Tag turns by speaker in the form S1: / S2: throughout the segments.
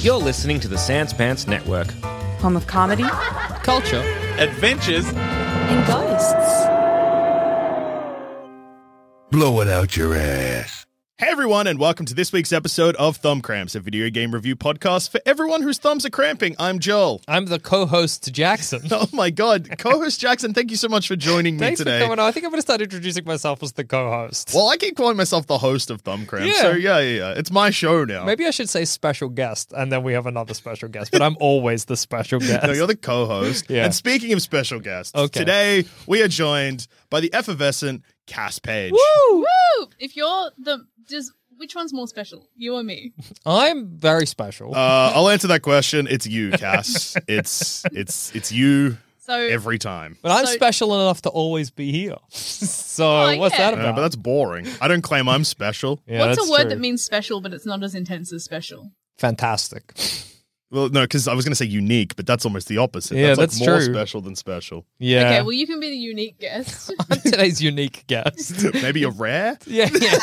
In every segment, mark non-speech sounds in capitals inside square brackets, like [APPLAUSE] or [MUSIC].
S1: You're listening to the Sans Pants Network.
S2: Home of comedy
S3: Culture.
S4: Adventures.
S2: and ghosts.
S5: Blow it out your ass.
S4: Hey everyone, and welcome to this week's episode of Thumb Cramps, a video game review podcast for everyone whose thumbs are cramping. I'm Joel.
S3: I'm the co-host
S4: [LAUGHS]
S3: Jackson.
S4: Oh
S3: [LAUGHS]
S4: my god, co-host Jackson, thank you so much for joining me
S3: Thanks
S4: today.
S3: for coming on. I think I'm going to start introducing myself as the co-host.
S4: Well, I keep calling myself the host of Thumb Cramps,
S3: Yeah.
S4: so yeah, yeah, yeah, it's my show now.
S3: Maybe I should say special guest, and then we have another special guest.
S4: [LAUGHS]
S3: But I'm always the special guest.
S4: No, you're the co-host.
S3: Yeah.
S4: And speaking of special guests,
S3: Okay.
S4: today we are joined by the effervescent Cass Page.
S6: Woo! If you're the does which one's more special, you or me?
S3: I'm very special.
S4: Uh, I'll answer that question. It's
S3: [LAUGHS]
S4: you, Cass. it's it's it's you
S6: So
S4: every time.
S3: but I'm
S6: so-
S3: special enough to always be here. [LAUGHS] so
S6: Oh,
S3: what's
S6: yeah.
S3: that
S4: Uh,
S3: about?
S4: but that's boring. I don't claim I'm special.
S3: Yeah,
S6: what's
S3: that's
S6: a word
S3: true.
S6: that means special, but it's not as intense as special?
S3: fantastic? [LAUGHS]
S4: Well, no, because I was going to say unique, but that's almost the opposite.
S3: Yeah,
S4: that's, like
S3: that's
S4: more
S3: true.
S4: special than special. [LAUGHS]
S3: Yeah. [LAUGHS]
S6: Okay, well you can be the unique guest. [LAUGHS]
S3: I'm today's unique guest.
S4: [LAUGHS] Maybe you're rare.
S3: [LAUGHS] Yeah, yeah.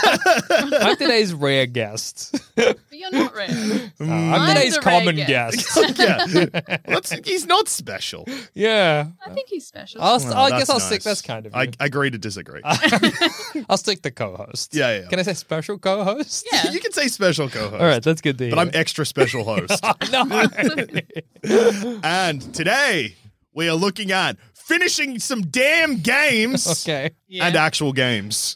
S3: I'm today's rare guest.
S6: but you're not rare.
S4: Mm.
S3: Uh, I'm
S6: I'm
S3: today's
S6: the rare
S3: common guest.
S6: guest.
S4: yeah, That's- he's not special.
S3: yeah.
S6: I think he's special.
S3: I'll, st-
S4: Well,
S3: Oh, I guess
S4: that's
S3: I'll
S4: nice.
S3: stick. That's kind of.
S4: I,
S3: you.
S4: I agree
S3: [LAUGHS]
S4: to disagree.
S3: I'll stick the co-host.
S4: Yeah, yeah.
S3: Can I say special co-host?
S4: [LAUGHS]
S6: Yeah.
S4: you can say special co-host.
S3: All right, that's good to hear.
S4: but [LAUGHS] I'm extra special host.
S3: [LAUGHS] no.
S4: and today we are looking at finishing some damn games
S3: [LAUGHS] okay.
S6: Yeah.
S4: and actual games.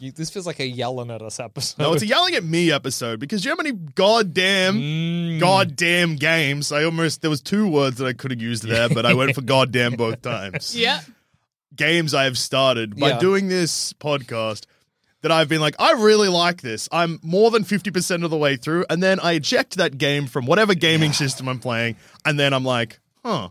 S3: You, this feels like a yelling at us episode.
S4: No,
S3: [LAUGHS]
S4: it's a yelling at me episode because you know how many goddamn
S3: Mm.
S4: goddamn games. I almost there was two words that I could have used there, but
S3: [LAUGHS]
S4: I went for goddamn both times.
S6: yeah.
S4: Games I have started by
S3: Yeah.
S4: doing this podcast that I've been like, I really like this. I'm more than 50% of the way through, and then I eject that game from whatever gaming system I'm playing, and then I'm like,
S3: [LAUGHS]
S4: huh.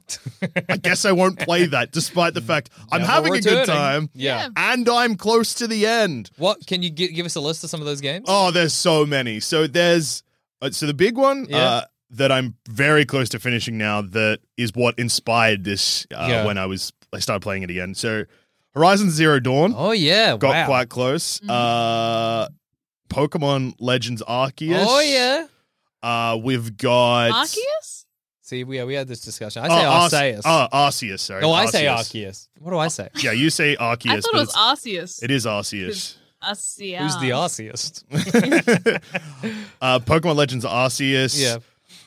S4: I guess I won't play that, despite the fact I'm
S3: Never
S4: having a
S3: returning.
S4: good time
S3: Yeah.
S6: Yeah.
S4: and I'm close to the end.
S3: What can you gi- give us a list of some of those games?
S4: Oh, there's so many. So there's uh, so the big one
S3: Yeah.
S4: uh, that I'm very close to finishing now. That is what inspired this uh,
S3: Yeah.
S4: when I was I started playing it again. So Horizon Zero Dawn
S3: Oh, yeah.
S4: got
S3: wow.
S4: quite close.
S6: Mm-hmm.
S4: Uh, Pokemon Legends Arceus.
S3: Oh yeah.
S4: Uh, we've got
S6: Arceus?
S3: See, we we had this discussion. I
S4: Oh,
S3: say Arceus.
S4: Arce- Oh, Arceus. Sorry.
S3: no, I say Arceus. What do I say?
S4: Yeah, you say Arceus.
S6: [LAUGHS] I thought
S4: but
S6: it was
S4: it's-
S6: Arceus.
S4: It
S6: [LAUGHS]
S4: is Arceus.
S6: Arceus.
S3: Who's the Arceus?
S4: [LAUGHS] uh, Pokemon Legends Arceus.
S3: yeah.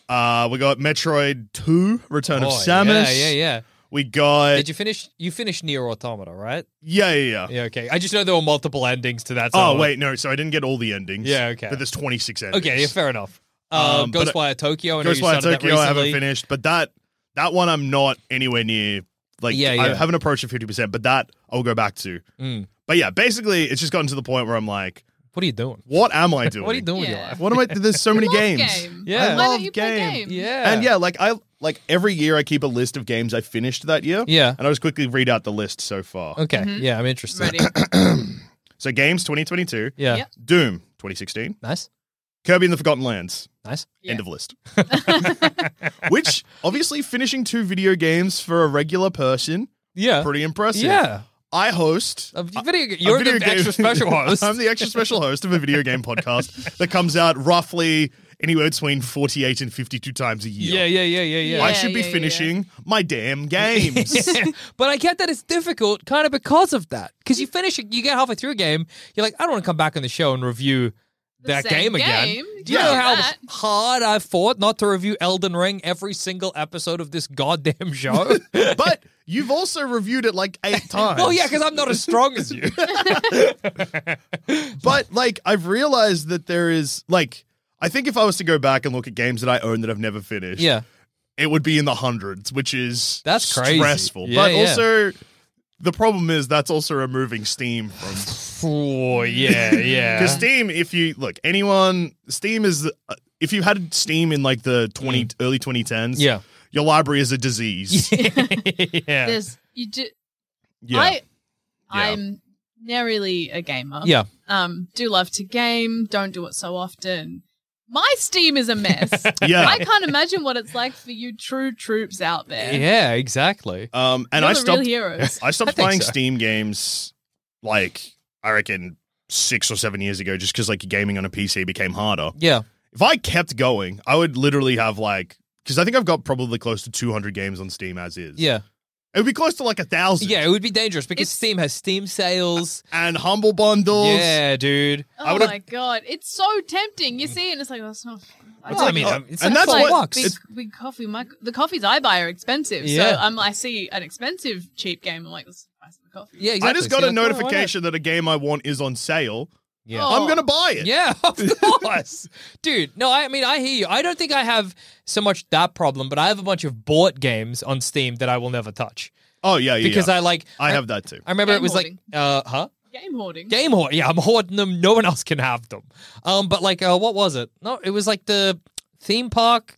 S4: Uh, we got Metroid 2, Return of
S3: Oh,
S4: Samus.
S3: Yeah, yeah, yeah.
S4: We got
S3: Did you finish? You finished Near Automata, right?
S4: yeah, yeah, yeah.
S3: Yeah. Okay. I just know there were multiple endings to that. so I
S4: Oh
S3: was-
S4: wait, no. So I didn't get all the endings.
S3: Yeah, okay.
S4: But there's 26 endings.
S3: Okay. Yeah. Fair enough. Uh,
S4: Um, but-
S3: Ghostwire Tokyo. I know you
S4: Ghostwire
S3: started that
S4: Tokyo, I haven't
S3: recently.
S4: finished, but that that one I'm not anywhere near. Like,
S3: Yeah,
S4: I
S3: yeah.
S4: haven't approached the 50, percent but that I'll go back to.
S3: Mm.
S4: But yeah, basically, it's just gotten to the point where I'm like,
S3: What are you doing?
S4: what am I doing?
S3: [LAUGHS] What are you doing with your
S6: Yeah.
S3: life?
S4: What am I? There's so
S6: [LAUGHS]
S4: many
S6: Love
S4: games.
S6: Game.
S3: Yeah.
S4: I
S3: Why
S6: Why
S4: love
S6: don't you play
S4: game.
S6: game?
S3: Yeah.
S4: And yeah, like I like every year I keep a list of games I finished that year.
S3: Yeah.
S4: And I just quickly read out the list so far.
S3: Okay.
S6: Mhm.
S3: Yeah, I'm interested.
S6: Ready.
S4: So games 2022,
S3: Yeah.
S6: Yep.
S4: Doom 2016,
S3: Nice.
S4: Kirby and the Forgotten Lands.
S3: Nice.
S6: Yeah.
S4: End of list. Which obviously finishing two video games for a regular person,
S3: Yeah.
S4: pretty impressive.
S3: yeah.
S4: I host
S3: A
S4: a-
S3: video,
S4: a
S3: you're
S4: video
S3: the extra
S4: game- [LAUGHS]
S3: special host.
S4: I'm the extra special host of a video game
S3: [LAUGHS]
S4: podcast that comes out roughly anywhere between 48 and 52 times a year.
S3: yeah, yeah, yeah, yeah, [LAUGHS]
S4: I
S3: yeah.
S6: Like-
S4: should be
S6: yeah, yeah.
S4: finishing
S3: [LAUGHS]
S4: my damn games.
S3: but I get that it's difficult, kind of because of that. Because you finish, it- you get halfway through a game, you're like, I don't want to come back on the show and review
S6: The
S3: that
S6: same
S3: game again.
S6: game.
S3: Do you
S4: Yeah.
S3: know how
S6: That.
S3: hard I fought not to review Elden Ring every single episode of this goddamn
S4: [LAUGHS]
S3: show?
S4: but you've also reviewed it like
S3: [LAUGHS]
S4: eight times.
S3: well, yeah, because I'm not as strong as
S4: [LAUGHS]
S3: you.
S4: But like I've realized that there is like I think if I was to go back and look at games that I own that I've never finished,
S3: Yeah.
S4: it would be in the hundreds, which is
S3: That's crazy.
S4: stressful.
S3: Yeah,
S4: but
S3: yeah.
S4: also, the problem is that's also removing Steam from
S3: Oh yeah, [LAUGHS] yeah.
S4: because Steam. If you look, anyone Steam is the- uh, if you had Steam in like the twenty early twenty tens,
S3: Mm. Yeah.
S4: your library is a disease.
S3: [LAUGHS] yeah.
S6: There's you do.
S4: yeah,
S6: I I'm narrowly a gamer.
S3: Yeah.
S6: Um, do love to game. Don't do it so often. My Steam is a mess.
S4: [LAUGHS] yeah.
S6: I can't imagine what it's like for you true troops out there.
S3: Yeah, exactly.
S4: um, and
S6: You're
S4: I
S6: the
S4: stopped.
S6: real
S4: [LAUGHS]
S6: heroes.
S4: I stopped
S3: I think
S4: playing
S3: so.
S4: Steam games like I reckon six or seven years ago, just because like gaming on a PC became harder.
S3: Yeah.
S4: If I kept going, I would literally have like because I think I've got probably close to two hundred games on Steam as is.
S3: Yeah.
S4: it would be close to like a thousand.
S3: Yeah, it would be dangerous because
S6: It's-
S3: Steam has Steam sales.
S4: and humble bundles.
S3: Yeah, dude.
S4: I
S6: oh
S4: would've-
S6: my god, it's so tempting. You see, it and it's like, oh, it's not.
S3: Well, I mean,
S4: oh,
S3: um, it's
S4: and
S3: like
S4: that's
S3: five
S4: what-
S3: bucks.
S6: big, big coffee. My, the coffees I buy are expensive,
S3: Yeah.
S6: so um, I see an expensive cheap game. I'm like, let's buy some coffee.
S3: yeah, exactly.
S4: I just
S3: So
S4: got
S3: you're
S4: a
S3: like, oh, why not?
S4: notification that a game I want is on sale.
S3: Yeah.
S6: Oh.
S4: I'm gonna buy it.
S3: [LAUGHS] Yeah, of
S4: [LAUGHS]
S3: course. Dude, no, I mean, I hear you. I don't think I have so much that problem, but I have a bunch of bought games on Steam that I will never touch
S4: Oh yeah, yeah.
S3: because
S4: yeah.
S3: I like.
S4: I have that too.
S3: I remember
S6: Game
S3: it was
S6: hoarding.
S3: like, uh, huh?
S6: Game hoarding.
S3: Game hoard. Yeah, I'm hoarding them. No one else can have them. Um, but like, uh, what was it? No, it was like the theme park.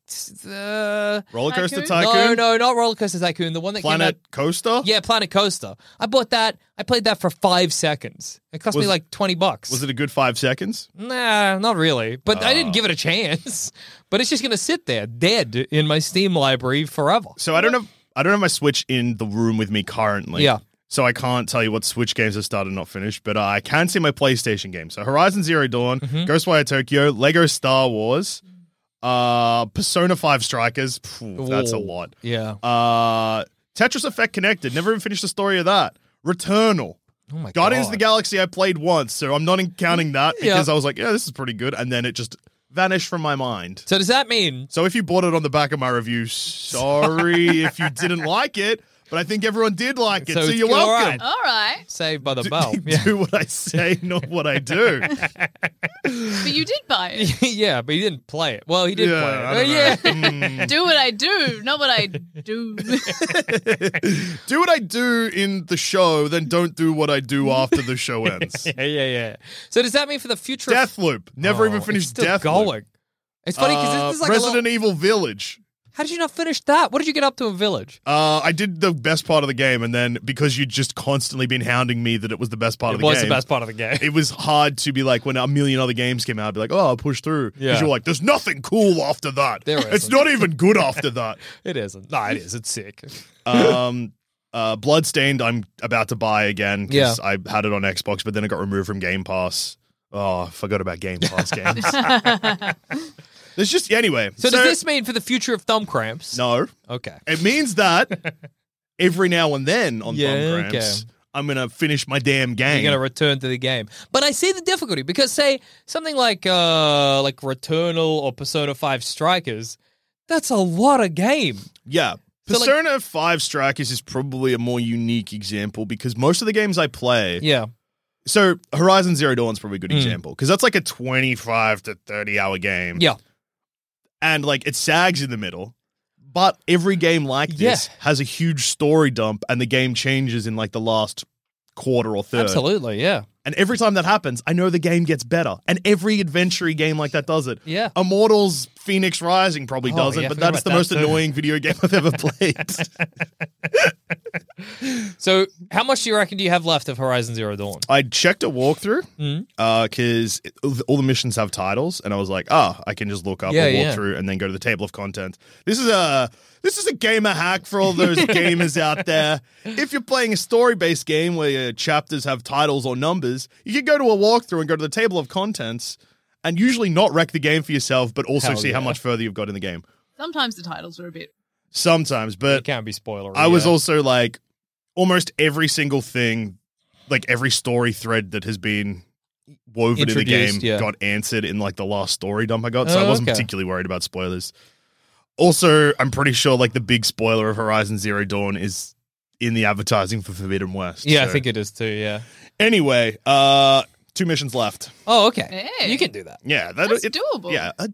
S3: Uh,
S4: Roller Coaster
S6: Tycoon?
S4: Tycoon,
S3: no, no, not roller coaster tycoon. The one that came out.
S4: Planet Coaster.
S3: Yeah, Planet Coaster. I bought that. I played that for five seconds. It cost
S4: Was-
S3: me like twenty bucks.
S4: Was it a Oh. good five seconds?
S3: Nah, not really. But I didn't give it a chance. [LAUGHS] But it's just gonna sit there dead in my Steam library forever.
S4: So I don't have I don't have my Switch in the room with me currently.
S3: Yeah.
S4: So I can't tell you what Switch games I started and not finished, but uh, I can see my PlayStation games. So Horizon Zero Dawn,
S3: Mm-hmm.
S4: Ghostwire Tokyo, Lego Star Wars, uh, Persona Five Strikers. Phew, that's a
S3: Ooh.
S4: lot.
S3: Yeah.
S4: Uh, Tetris Effect Connected. Never even finished the story of that. Returnal.
S3: Oh my god.
S4: Guardians of the Galaxy I played once, so I'm not counting that
S3: Yeah.
S4: because I was like, yeah, this is pretty good, and then it just vanished from my mind.
S3: So does that mean?
S4: So if you bought it on the back of my
S3: [LAUGHS]
S4: review, sorry if you didn't like it, but I think everyone did like it,
S3: So
S4: so,
S3: it's
S4: you're
S3: all
S4: welcome.
S6: All right,
S3: Saved by the
S4: [LAUGHS]
S3: bell.
S4: Do-
S3: Yeah.
S4: Do what I say, not what I do.
S6: but you did buy it.
S3: [LAUGHS] yeah, but he didn't play it. Well, [LAUGHS] he did
S4: I
S3: play it. Uh,
S4: don't know.
S3: yeah.
S4: Mm.
S6: do what I do, not what I do. [LAUGHS]
S4: do what I do in the show, then don't do what I do after
S3: [LAUGHS]
S4: the show ends.
S3: yeah, yeah, yeah. So does that mean for the future? of-
S4: Deathloop. Never
S3: Oh,
S4: even
S3: it's
S4: finished
S3: still
S4: Deathloop.
S3: going. It's funny because
S4: Uh,
S3: this is like a little-
S4: Resident E- Evil Village.
S3: How did you not finish that? What did you get up to in Village?
S4: Uh, I did the best part of the game, and then because you'd just constantly been hounding me that it was the best part
S3: it
S4: of the
S3: was
S4: game,
S3: the best part of the game.
S4: it was hard to be like when a million other games came out, I'd be like, oh, I'll push through. Because
S3: Yeah.
S4: you're like, there's nothing cool after that.
S3: There
S4: it's
S3: isn't.
S4: not even good after that.
S3: It isn't. No, it is. It's sick.
S4: Um, [LAUGHS] uh, Bloodstained, I'm about to buy again because
S3: Yeah.
S4: I had it on Xbox, but then it got removed from Game Pass. Oh, I forgot about Game Pass games.
S3: [LAUGHS]
S4: There's just anyway.
S3: So, does this mean for the future of thumb cramps?
S4: No,
S3: Okay.
S4: it
S3: [LAUGHS]
S4: means that every now and then on
S3: Yeah,
S4: Thumb
S3: okay.
S4: Cramps, I'm gonna finish my damn game.
S3: You're gonna return to the game, but I see the difficulty because, say, something like uh, like Returnal or Persona Five Strikers, that's a lot of game.
S4: Yeah.
S3: So, like-
S4: Persona 5 Strikers is probably a more unique example because most of the games I play.
S3: Yeah,
S4: So, Horizon Zero Dawn's probably a good
S3: Mm.
S4: example because that's like a 25 to 30 hour game.
S3: yeah,
S4: And like it sags in the middle. But every game like this
S3: Yeah.
S4: has a huge story dump and the game changes in like the last quarter or third.
S3: absolutely, yeah,
S4: And every time that happens, I know the game gets better. And every adventure game like that does it.
S3: yeah.
S4: Immortals Phoenix Rising probably
S3: Oh,
S4: doesn't,
S3: yeah,
S4: but
S3: forgot
S4: that's the
S3: about
S4: most
S3: that too.
S4: annoying video [LAUGHS] game I've ever played.
S3: So, how much do you reckon do you have left of Horizon Zero Dawn?
S4: I checked a walkthrough
S3: Mm.
S4: because all the missions have titles, and I was like, ah, I can just look up
S3: Yeah,
S4: a
S3: yeah.
S4: walkthrough and then go to the table of contents. This is a this is a gamer hack for all
S3: [LAUGHS]
S4: those gamers out there. If you're playing a story based game where your chapters have titles or numbers, you can go to a walkthrough and go to the table of contents, and usually not wreck the game for yourself, but also
S3: Hell
S4: see how
S3: yeah.
S4: much further you've got in the game.
S6: Sometimes the titles are a bit.
S4: Sometimes, but
S3: it can't be spoilery.
S4: Uh, I was
S3: yeah.
S4: also like almost every single thing, like every story thread that has been woven in the game
S3: Introduced, yeah.
S4: got answered in like the last story dump I got. So
S3: Oh,
S4: I wasn't
S3: okay.
S4: particularly worried about spoilers. Also, I'm pretty sure like the big spoiler of Horizon Zero Dawn is in the advertising for Forbidden West.
S3: yeah, I
S4: so-
S3: think it is too. Yeah,
S4: Anyway, uh two missions left.
S3: Oh, okay.
S6: Hey.
S3: You can do that.
S4: Yeah, that,
S6: eh. That's doable.
S4: Yeah, I,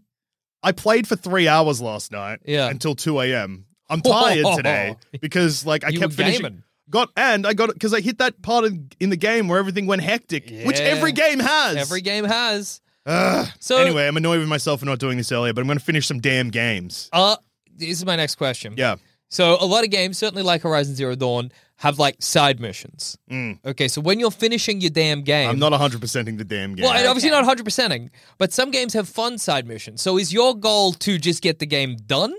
S4: I played for three hours last night.
S3: Yeah.
S4: until two a.m.
S3: [LAUGHS]
S4: I'm tired
S3: Whoa.
S4: today because like I
S3: You
S4: kept
S3: were
S4: finishing.
S3: gaming.
S4: Got and I got it because I hit that part in, in the game where everything went hectic, which
S3: Yeah.
S4: every game has.
S3: Every game has.
S4: Ugh.
S3: So
S4: anyway, I'm annoyed with myself for not doing this earlier, but I'm going to finish some damn games.
S3: uh, this is my next question.
S4: Yeah.
S3: So a lot of games, certainly like Horizon Zero Dawn, have like side missions. Okay, so when you're finishing your damn game,
S4: Mm. I'm not 100%ing the damn game.
S3: well, and obviously not 100 percenting, but some games have fun side missions. So is your goal to just get the game done,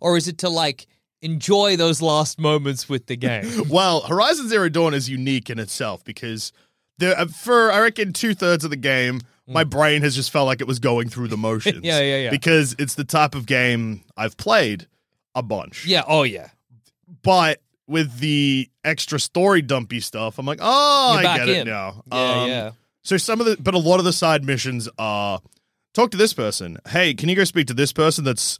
S3: or is it to like enjoy those last moments with the
S4: [LAUGHS]
S3: game?
S4: well, Horizon Zero Dawn is unique in itself because there, uh, for I reckon two thirds of the game, my brain has just felt like it was
S3: [LAUGHS]
S4: going through the motions.
S3: Mm. Yeah, yeah, yeah.
S4: Because it's the type of game I've played a bunch.
S3: yeah. Oh yeah.
S4: But with the extra story dumpy stuff, I'm like, oh,
S3: You're
S4: I
S3: back
S4: get it
S3: in.
S4: now.
S3: Yeah.
S4: Um,
S3: yeah.
S4: So some of the, but a lot of the side missions are talk to this person. Hey, can you go speak to this person? That's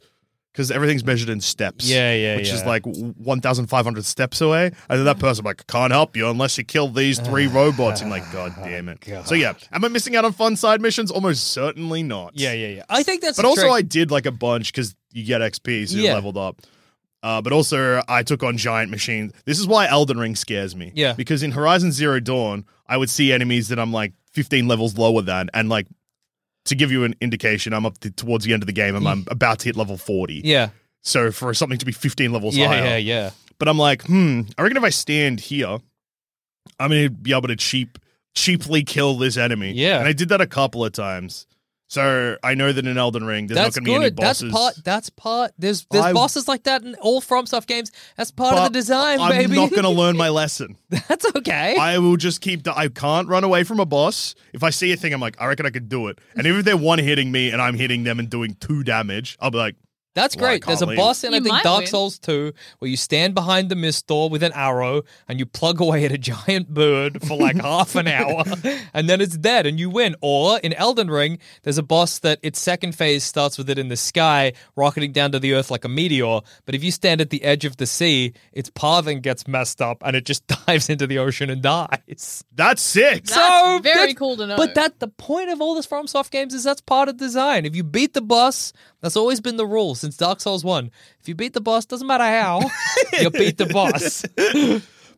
S4: because everything's measured in steps.
S3: Yeah, yeah,
S4: Which is
S3: yeah.
S4: like one thousand five hundred steps away, and then that person like can't help you unless you kill these
S3: [LAUGHS]
S4: three robots. And like, god damn it. So yeah, am I missing out on fun side missions? Almost certainly not.
S3: Yeah. Yeah. Yeah. I think that's.
S4: But
S3: the
S4: also,
S3: trick.
S4: I did like a bunch because you get XP, so you
S3: Yeah.
S4: leveled up. Uh, but also, I took on giant machines. This is why Elden Ring scares me.
S3: Yeah.
S4: Because in Horizon Zero Dawn, I would see enemies that I'm like 15 levels lower than. And like, to give you an indication, I'm up to, towards the end of the game and I'm about to hit level 40.
S3: Yeah.
S4: So for something to be 15 levels
S3: Yeah.
S4: higher.
S3: Yeah. Yeah.
S4: But I'm like, hmm, I reckon if I stand here, I'm gonna be able to cheap cheaply kill this enemy.
S3: Yeah.
S4: And I did that a couple of times. So I know that in Elden Ring there's
S3: That's
S4: not gonna be any
S3: good. That's
S4: bosses.
S3: part. That's part. There's there's
S4: I-
S3: bosses like that in all FromSoft games. That's part of
S4: but
S3: the design,
S4: I'm
S3: baby.
S4: not gonna learn my lesson.
S3: [LAUGHS] that's okay.
S4: I will just keep. The, I can't run away from a boss. If I see a thing, I'm like, I reckon I could do it. And even if they're one hitting me and I'm hitting them and doing two damage, I'll be like,
S3: That's
S4: Well, I
S3: great. There's a
S4: can't leave.
S3: boss in, I
S6: You
S3: think,
S6: might
S3: Dark
S6: win.
S3: Souls 2, where you stand behind the mist door with an arrow and you plug away at a giant bird for
S4: [LAUGHS]
S3: like half an hour and then it's dead and you win. Or in Elden Ring, there's a boss that its second phase starts with it in the sky, rocketing down to the earth like a meteor. But if you stand at the edge of the sea, its pathing gets messed up and it just [LAUGHS] dives into the ocean and dies.
S4: that's sick.
S6: That's very cool to know.
S3: But that the point of all this FromSoft games is that's part of design. If you beat the boss, that's always been the rule since Dark Souls One. If you beat the boss, doesn't matter how,
S6: [LAUGHS]
S3: you beat the boss.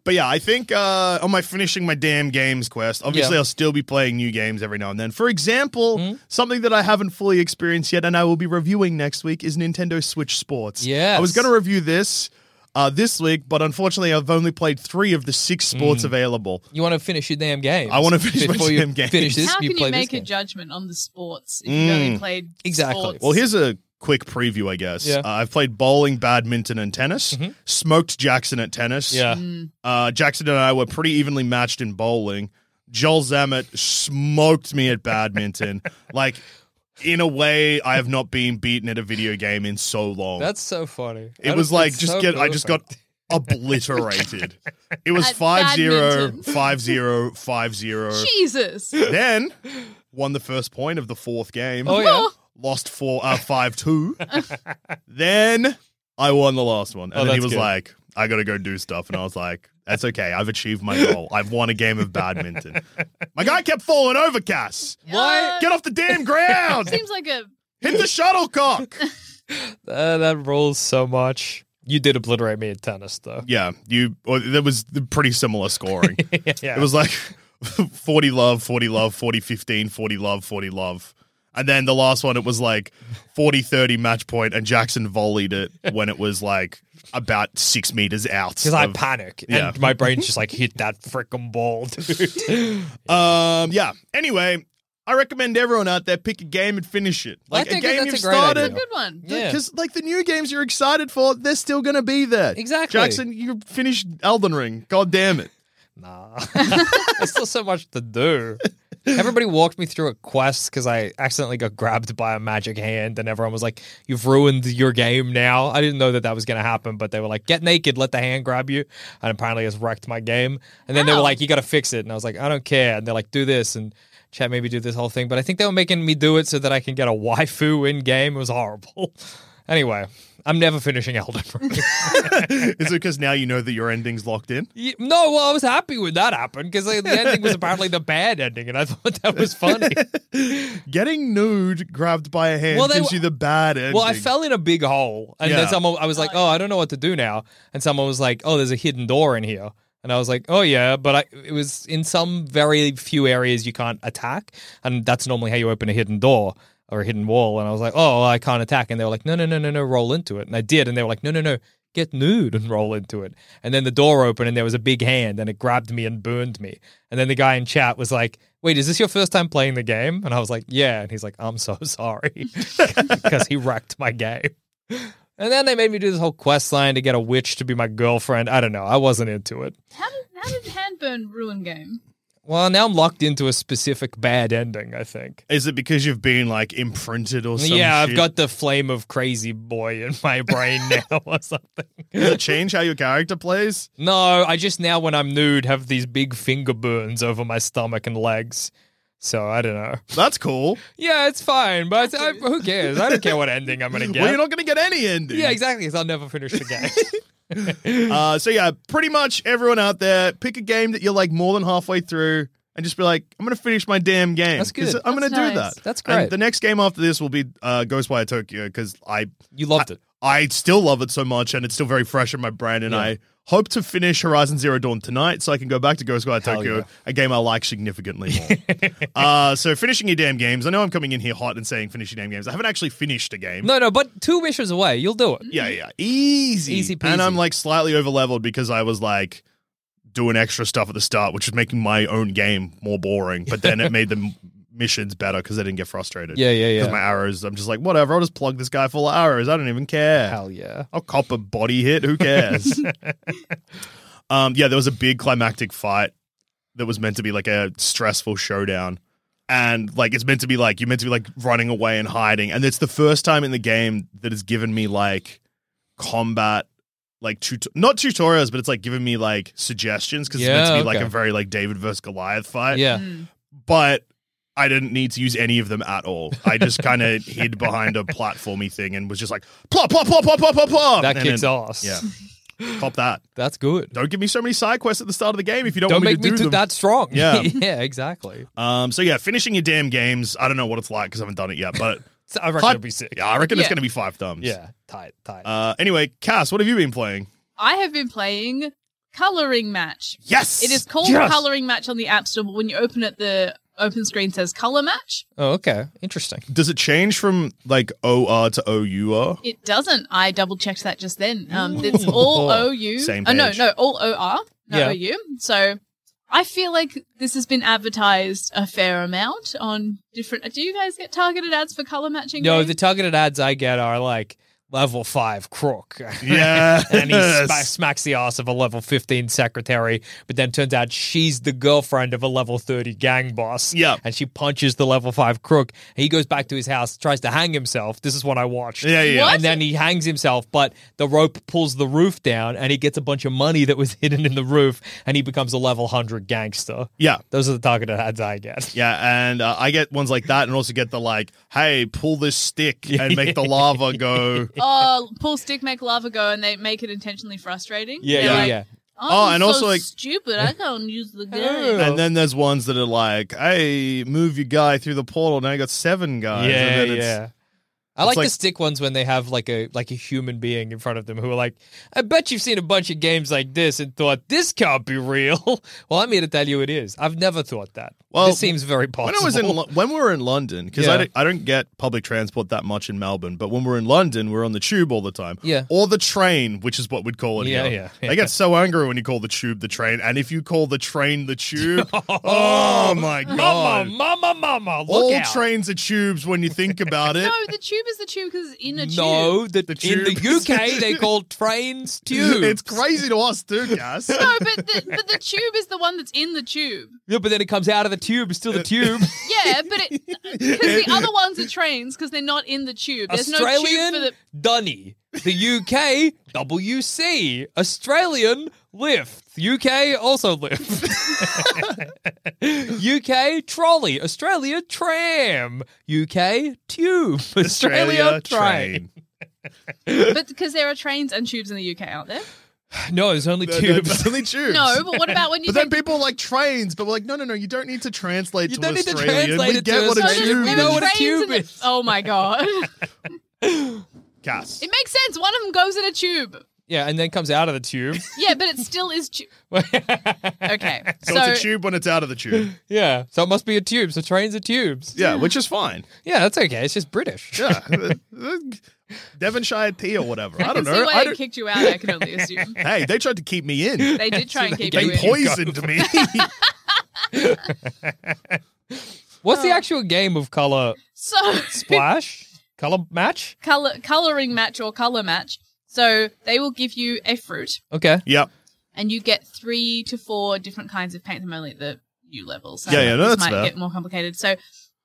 S4: But yeah, I think uh, on my finishing my damn games quest, obviously
S3: Yeah.
S4: I'll still be playing new games every now and then. For example,
S3: Hmm?
S4: something that I haven't fully experienced yet and I will be reviewing next week is Nintendo Switch Sports.
S3: Yes.
S4: I was going to review this uh, this week, but unfortunately I've only played three of the six
S3: Hmm.
S4: sports available.
S3: You want to finish your damn game.
S4: I wanna finish my
S3: before you
S4: damn games.
S3: Finish this.
S6: How
S3: you
S6: can
S3: play
S6: you make
S3: this
S6: a
S3: game.
S6: judgment on the sports if you've
S3: Mm.
S6: only played
S3: Exactly.
S6: sports?
S4: Well, here's a quick preview, I guess.
S3: Yeah. Mm-hmm.
S4: Uh, I've played bowling, badminton, and tennis. Smoked Jackson at tennis.
S3: Yeah.
S6: Mm.
S4: Uh, Jackson and I were pretty evenly matched in bowling. Joel Zammett smoked me
S3: [LAUGHS]
S4: at badminton. like, in a way, I have not been beaten at a video game in so long.
S3: That's so funny.
S4: it was like, just get, I just got
S3: [LAUGHS]
S4: obliterated. it was
S6: At
S4: 5 0,
S6: badminton.
S4: 5 0, 5 0.
S3: [LAUGHS]
S6: Jesus.
S4: Then won the first point of the fourth game
S3: Oh
S6: [LAUGHS]
S3: yeah.
S4: lost four uh,
S3: [LAUGHS]
S4: five two. then I won the last one, and
S3: Oh,
S4: then he
S3: that's
S4: was
S3: good.
S4: like, "I got to go do stuff," and I was like, "That's okay. I've achieved my goal. I've won a game of
S3: [LAUGHS]
S4: badminton." My guy kept falling over, Cass.
S6: What?
S4: Get off the damn ground!
S6: Seems like a
S4: Hit the shuttlecock.
S3: Uh, that rolls so much. You did obliterate me at tennis,
S4: [LAUGHS]
S3: though.
S4: yeah, you. Or that was the pretty similar scoring.
S3: yeah.
S4: It was like [LAUGHS] 40 love, 40 love, 40 15, 40 love, 40 love. And then the last one, it was like 40 30 match point, and Jackson volleyed it when it was like about six meters out.
S3: because I
S4: of-
S3: panic
S4: Yeah.
S3: and my brain's just like hit that freaking ball,
S6: [LAUGHS]
S3: dude.
S4: Um, yeah. Anyway, I recommend everyone out there pick a game and finish it.
S3: I
S4: Like a
S3: think
S4: game
S3: that's a
S4: you've
S3: great
S4: started.
S3: idea.
S6: good one.
S3: Yeah.
S4: Because like the new games you're excited for, they're still gonna be there.
S3: Exactly.
S4: Jackson, you finished Elden Ring. God damn it.
S3: Nah. [LAUGHS] There's still so much to do. Everybody walked me through a quest because I accidentally got grabbed by a magic hand, and everyone was like, You've ruined your game now. I didn't know that that was going to happen, but they were like, Get naked, let the hand grab you. And apparently, it's wrecked my game. And then they were
S6: Ow.
S3: like, You got to fix it. And I was like, I don't care. And they're like, Do this. And chat maybe do this whole thing. But I think they were making me do it so that I can get a waifu in game. It was horrible. [LAUGHS] Anyway, I'm never finishing Elden Ring.
S4: Is it because now you know that your ending's locked in?
S3: Y- no, well, I was happy when that happened because the ending was apparently the bad ending, and I thought that was funny.
S4: Getting nude grabbed by a hand
S3: Well, they
S4: gives
S3: were-
S4: you the bad ending.
S3: Well, I fell in a big hole, and then
S4: Yeah.
S3: someone I was like, "Oh, I don't know what to do now," and someone was like, "Oh, there's a hidden door in here." And I was like, "Oh yeah," but I, it was in some very few areas you can't attack, and that's normally how you open a hidden door or a hidden wall. And I was like, "Oh, I can't attack," and they were like, "No, no, no, no, no, roll into it." And I did, and they were like, "No, no, no, get nude and roll into it." And then the door opened, and there was a big hand, and it grabbed me and burned me. And then the guy in chat was like. Wait, is this your first time playing the game? And I was like, yeah. And he's like, I'm so [LAUGHS] sorry because he wrecked my game. And then they made me do this whole quest line to get a witch to be my girlfriend. I don't know. I wasn't into it.
S6: How did, how did Handburn ruin game?
S3: Well, now I'm locked into a specific bad ending, I think.
S4: Is it because you've been like imprinted or something?
S3: yeah, I've got the flame of crazy boy in my brain [LAUGHS] now or something.
S4: Does it change how your character plays?
S3: No, I just now when I'm nude have these big finger burns over my stomach and legs. So I don't know. [LAUGHS]
S4: That's cool.
S3: Yeah, it's fine, but I, who cares? I don't care what ending I'm going to get.
S4: [LAUGHS] Well, you're not going to get any ending.
S3: yeah, exactly, because I'll never finish the game.
S4: Uh, so yeah, pretty much everyone out there, pick a game that you're like more than halfway through, and just be like, I'm gonna finish my damn game.
S3: That's good.
S4: 'Cause I'm
S6: That's
S4: gonna do
S6: nice.
S4: that.
S3: That's
S4: And
S3: great.
S4: the next game after this will be uh, Ghostwire Tokyo because I
S3: you loved it.
S4: I still love it so much, and it's still very fresh in my brain, and I hope to finish Horizon Zero Dawn tonight so I can go back to Ghostwire
S3: Hell
S4: Tokyo,
S3: yeah.
S4: a game I like significantly
S3: [LAUGHS]
S4: more. uh, so finishing your damn games. I know I'm coming in here hot and saying finish your damn games. I haven't actually finished a game.
S3: No, no, but two wishes away, you'll do it.
S4: Yeah, yeah. Easy.
S3: Easy peasy.
S4: And I'm like slightly over leveled because I was like doing extra stuff at the start, which was making my own game more boring. But
S3: [LAUGHS]
S4: then it made the m- missions better because I didn't get frustrated.
S3: Yeah, yeah, yeah.
S4: Because my arrows, I'm just like, whatever, I'll just plug this guy full of arrows. I don't even care.
S3: Hell yeah.
S4: I'll cop a body hit. Who cares?
S3: [LAUGHS]
S4: um, yeah, there was a big climactic fight that was meant to be like a stressful showdown. And like it's meant to be like you're meant to be like running away and hiding. And it's the first time in the game that has given me like combat like tut- not tutorials, but it's like giving me like suggestions because it's meant
S3: Yeah,
S4: to be like
S3: okay.
S4: a very like David versus Goliath fight
S3: Yeah.
S6: Hmm.
S4: but I didn't need to use any of them at all. I just
S6: [LAUGHS]
S4: kind of hid behind a platformy thing and was just like plop plop plop plop plop plop plop.
S3: That
S4: and
S3: kicks
S4: then-
S3: ass.
S4: Yeah, pop that.
S3: That's good.
S4: Don't give me so many side quests at the start of the game if you don't,
S3: Don't
S4: want
S3: make
S4: me
S3: me
S4: to do
S3: too
S4: them.
S3: that strong. [LAUGHS]
S4: Yeah.
S3: yeah, exactly.
S4: Um, so yeah, finishing your damn games. I don't know what it's like because I haven't done it yet, but
S3: [LAUGHS] So I reckon
S4: Hot-
S3: it'll be sick.
S4: yeah, I reckon it's
S6: Yeah.
S4: going to be five thumbs.
S3: Yeah, tight, tight.
S4: Uh, anyway, Cass, what have you been playing?
S6: I have been playing Coloring Match.
S4: Yes,
S6: It is called
S4: Yes!
S6: Coloring Match on the App Store, but when you open it, the open screen says Color Match.
S3: oh, okay. Interesting.
S4: Does it change from like OR to
S6: [LAUGHS]
S4: OUR?
S6: It doesn't. I double checked that just then. Um, it's all
S3: Ooh.
S6: OU.
S4: Same
S6: Oh, no,
S4: page.
S6: no, all OR, not
S3: Yeah.
S6: OU. So I feel like this has been advertised a fair amount on different. Do you guys get targeted ads for color matching?
S3: No,
S6: games?
S3: the targeted ads I get are like level five crook. [LAUGHS]
S4: Yes.
S3: and he sma- smacks the ass of a level 15 secretary, but then turns out she's the girlfriend of a level 30 gang boss.
S4: Yep.
S3: And she punches the level five crook. He goes back to his house, tries to hang himself. This is what I watched.
S4: Yeah, yeah.
S6: What?
S3: And then he hangs himself, but the rope pulls the roof down and he gets a bunch of money that was [LAUGHS] hidden in the roof and he becomes a level 100 gangster.
S4: Yeah.
S3: Those are the targeted ads I get.
S4: Yeah, and uh, I get ones like that, and also get the like, "Hey, pull this stick
S3: [LAUGHS]
S4: and make the lava go."
S6: Oh, pull stick, make lava go, and they make it intentionally frustrating.
S3: Yeah, [LAUGHS]
S6: They're
S3: yeah,
S6: like,
S3: yeah.
S6: Oh,
S4: Oh, and
S6: and so
S4: also, like-
S6: stupid. I can't use the gun.
S4: And then there's ones that are like, "Hey, move your guy through the portal." Now you got seven guys. and
S3: yeah,
S4: then it's-
S3: yeah. I
S4: it's
S3: like,
S4: like-
S3: the stick ones when they have like a like a human being in front of them who are like, I bet you've seen a bunch of games like this and thought this can't be real. [LAUGHS] well, I'm here to tell you it is. I've never thought that.
S4: Well,
S3: this seems very
S4: When
S3: possible.
S4: I was in Lo- when we were in London, because
S3: Yeah.
S4: I, don't- I don't get public transport that much in Melbourne, but when we're in London, we're on the tube all the time.
S3: Yeah.
S4: Or the train, which is what we'd call it.
S3: Yeah,
S4: here.
S3: yeah,
S4: I get so angry when you call the tube the train, and if you call the train
S3: [LAUGHS]
S4: the tube, oh my god.
S3: mama, mama, mama, look
S4: all
S3: out.
S4: trains are tubes when you think
S3: [LAUGHS]
S4: about it.
S6: No, the tube is the tube because it's in a tube.
S3: no, the, in
S4: tube.
S3: the UK they call trains tubes.
S4: It's crazy to us too,
S3: [LAUGHS]
S4: Cass.
S6: No, but the, but the tube is the one that's in the tube.
S3: Yeah, but then it comes out of the tube. It's still the tube.
S6: Yeah, but
S4: [LAUGHS]
S6: it because the other ones are trains because they're not in the tube. There's
S3: Australian
S6: no tube for the.
S3: dunny. The UK WC. Australian lift. UK also [LAUGHS] lift. UK trolley. Australia tram. UK tube. Australia, train.
S6: but because there are trains and tubes in the UK, aren't there?
S3: No, there's [LAUGHS] only tubes.
S4: It's only tubes.
S6: No, but what about when you
S4: But then
S6: take
S4: people like trains, but we're like, no, no, no, you don't need to translate
S3: You
S4: to
S3: don't need to
S4: Australian.
S3: translate
S4: we
S3: it to
S4: get what a
S3: Australian. You
S6: there's-
S4: tube
S6: there
S4: is.
S3: know
S6: were
S3: what a
S6: trains
S3: tube
S6: in the-
S3: is.
S6: Oh my god! it
S4: [LAUGHS] Cass.
S6: makes sense. One of them goes in a tube.
S3: yeah, and then comes out of the tube. [LAUGHS]
S6: Yeah, but it still is. Tu- okay,
S4: [LAUGHS] So,
S6: so
S4: it's a tube when it's out of the tube.
S3: [LAUGHS] yeah, so it must be a tube. So trains are tubes.
S4: Yeah, which is fine.
S3: Yeah, that's okay. It's just British.
S4: Yeah. [LAUGHS] Devonshire tea or whatever. I
S6: I
S4: don't
S6: can
S4: know.
S6: see
S4: I
S6: why they
S4: don't-
S6: kicked you out. I can only assume
S4: hey, they tried to keep me
S3: [LAUGHS]
S4: in.
S6: they did try and keep
S4: [LAUGHS] They
S6: you in.
S4: poisoned me. [LAUGHS]
S3: What's the
S6: Oh.
S3: actual game of color
S6: So [LAUGHS]
S3: splash? color match?
S6: color coloring match or color match. So they will give you a fruit,
S3: Okay.
S4: yep.
S6: and you get three to four different kinds of paint. I'm only at the new level, so
S4: Yeah, yeah, no,
S6: this
S4: that's
S6: might
S4: fair.
S6: get more complicated. So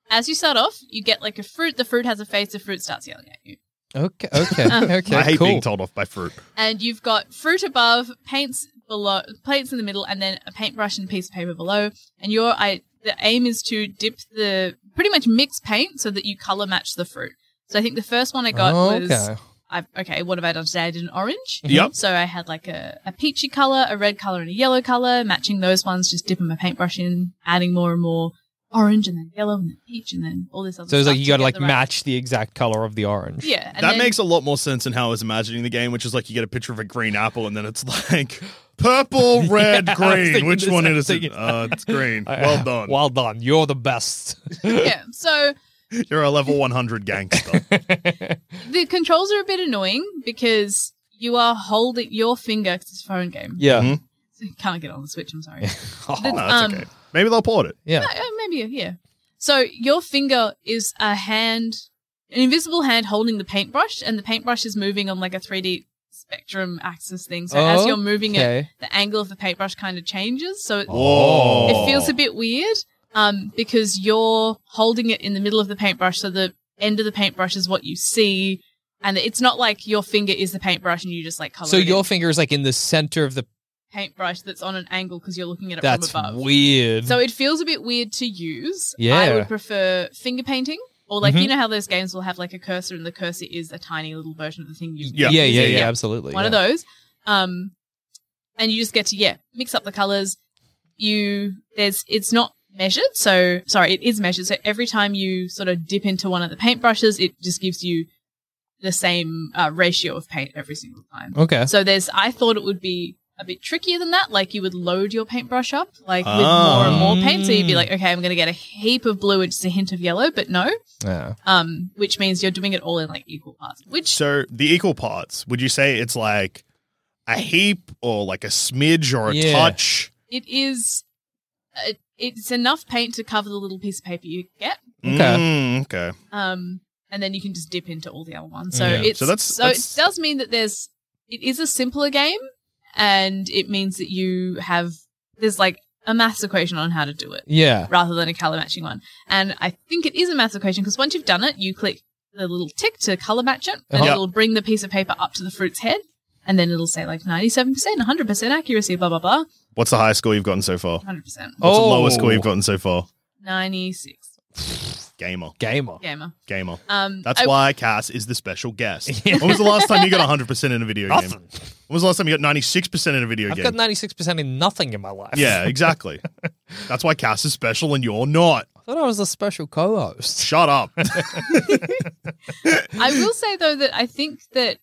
S6: as you start off, you get like a fruit. The fruit has a face. The fruit starts yelling at you,
S3: Okay.
S6: [LAUGHS]
S3: Okay. Okay.
S4: I hate
S3: cool.
S4: being told off by fruit.
S6: and you've got fruit above, paints below, paints in the middle, and then a paintbrush and a piece of paper below. And your I the aim is to dip the pretty much mix paint so that you color match the fruit. So I think the first one I got
S3: Oh,
S6: was
S3: okay.
S6: I've, okay, what have I done today? I did an orange.
S3: Mm-hmm.
S4: Yep.
S6: So I had like a, a peachy color, a red color, and a yellow color. Matching those ones, just dipping my paintbrush in, adding more and more orange, and then yellow, and then peach, and then all this other.
S3: So it's
S6: stuff
S3: like you
S6: to
S3: got to
S6: get
S3: like
S6: the right-
S3: match the exact color of the orange.
S6: Yeah, and
S4: that
S6: then-
S4: makes a lot more sense in how I was imagining the game, which is like you get a picture of a green apple and then it's like
S3: [LAUGHS]
S4: purple, red,
S3: I was
S4: green.
S3: thinking
S4: Which
S3: the
S4: one
S3: same
S4: is
S3: thing.
S4: it? Uh, it's
S3: [LAUGHS]
S4: green. Well done.
S3: Well done. You're the
S4: [LAUGHS]
S3: best.
S6: [LAUGHS] yeah. So
S4: You're a level 100
S3: [LAUGHS]
S4: gangster.
S6: the controls are a bit annoying because you are holding your finger. 'cause it's a phone game.
S3: Yeah.
S4: Mhm.
S6: So you [LAUGHS] can't get it on the Switch.
S3: [LAUGHS]
S6: I'm sorry.
S4: oh,
S6: The-
S4: that's
S6: um,
S4: okay. Maybe they'll port it.
S3: Yeah.
S6: Uh, maybe, yeah. So your finger is a hand, an invisible hand holding the paintbrush, and the paintbrush is moving on like a 3D spectrum axis thing. So as you're moving it,
S3: Okay.
S6: the angle of the paintbrush kind of changes. So it,
S4: Whoa.
S3: Oh.
S6: it feels a bit weird um, because you're holding it in the middle of the paintbrush. So the end of the paintbrush is what you see. And it's not like your finger is the paintbrush and you just like color
S3: So
S6: it in
S3: your finger is like in the center of the.
S6: paintbrush that's on an angle because you're looking at it
S3: That's
S6: from above.
S3: weird.
S6: So it feels a bit weird to use. I
S3: Yeah.
S6: would prefer finger painting. Or like you
S3: Mhm.
S6: know how those games will have like a cursor and the cursor is a tiny little version of the thing you
S3: yeah,
S4: Yeah.
S3: yeah, yeah,
S6: Yeah.
S3: absolutely.
S6: one of
S3: yeah.
S6: those. Um and you just get to yeah, mix up the colours. You there's it's not measured, so sorry, it is measured. So every time you sort of dip into one of the paintbrushes, it just gives you the same uh, ratio of paint every single time.
S3: Okay.
S6: So there's, I thought it would be a bit trickier than that. Like you would load your paintbrush up, like with more and more paint. So you'd be like, okay, I'm going to get a heap of blue and just a hint of yellow, but no.
S3: Yeah.
S6: Um, which means you're doing it all in like equal parts. Which
S4: So the equal parts, would you say it's like a heap or like a smidge or a
S3: Yeah.
S4: touch?
S6: it is, uh, it's enough paint to cover the little piece of paper you get.
S3: Okay.
S4: Mm, okay.
S6: Um, and then you can just dip into all the other ones. So
S3: Yeah.
S6: it's
S4: So
S6: so,
S4: that's- that's-
S6: it does mean that there's it is a simpler game, and it means that you have there's like a maths equation on how to do it.
S3: Yeah.
S6: rather than a color matching one. And I think it is a math equation because once you've done it, you click the little tick to color match it, and
S3: Uh-huh.
S6: it'll bring the piece of paper up to the fruit's head, and then it'll say like 97%, 100% accuracy, blah, blah, blah,
S4: What's the highest score you've gotten so far?
S6: 100%.
S4: What's the
S3: Oh.
S4: lowest score you've gotten so far?
S6: 96
S4: Gamer.
S3: Gamer.
S6: gamer.
S4: Gamer.
S6: Um,
S4: That's
S6: I-
S4: why Cass is the special
S3: [LAUGHS]
S4: guest. When was the last time you got 100% in a video game? When
S3: Nothing.
S4: was the last time you got 96% in a video
S3: I've
S4: game?
S3: got ninety six percent in nothing in my life.
S4: yeah, exactly. That's why Cass is special and you're not.
S3: I thought I was a special co-host. [LAUGHS]
S4: Shut up.
S6: I will say though that I think that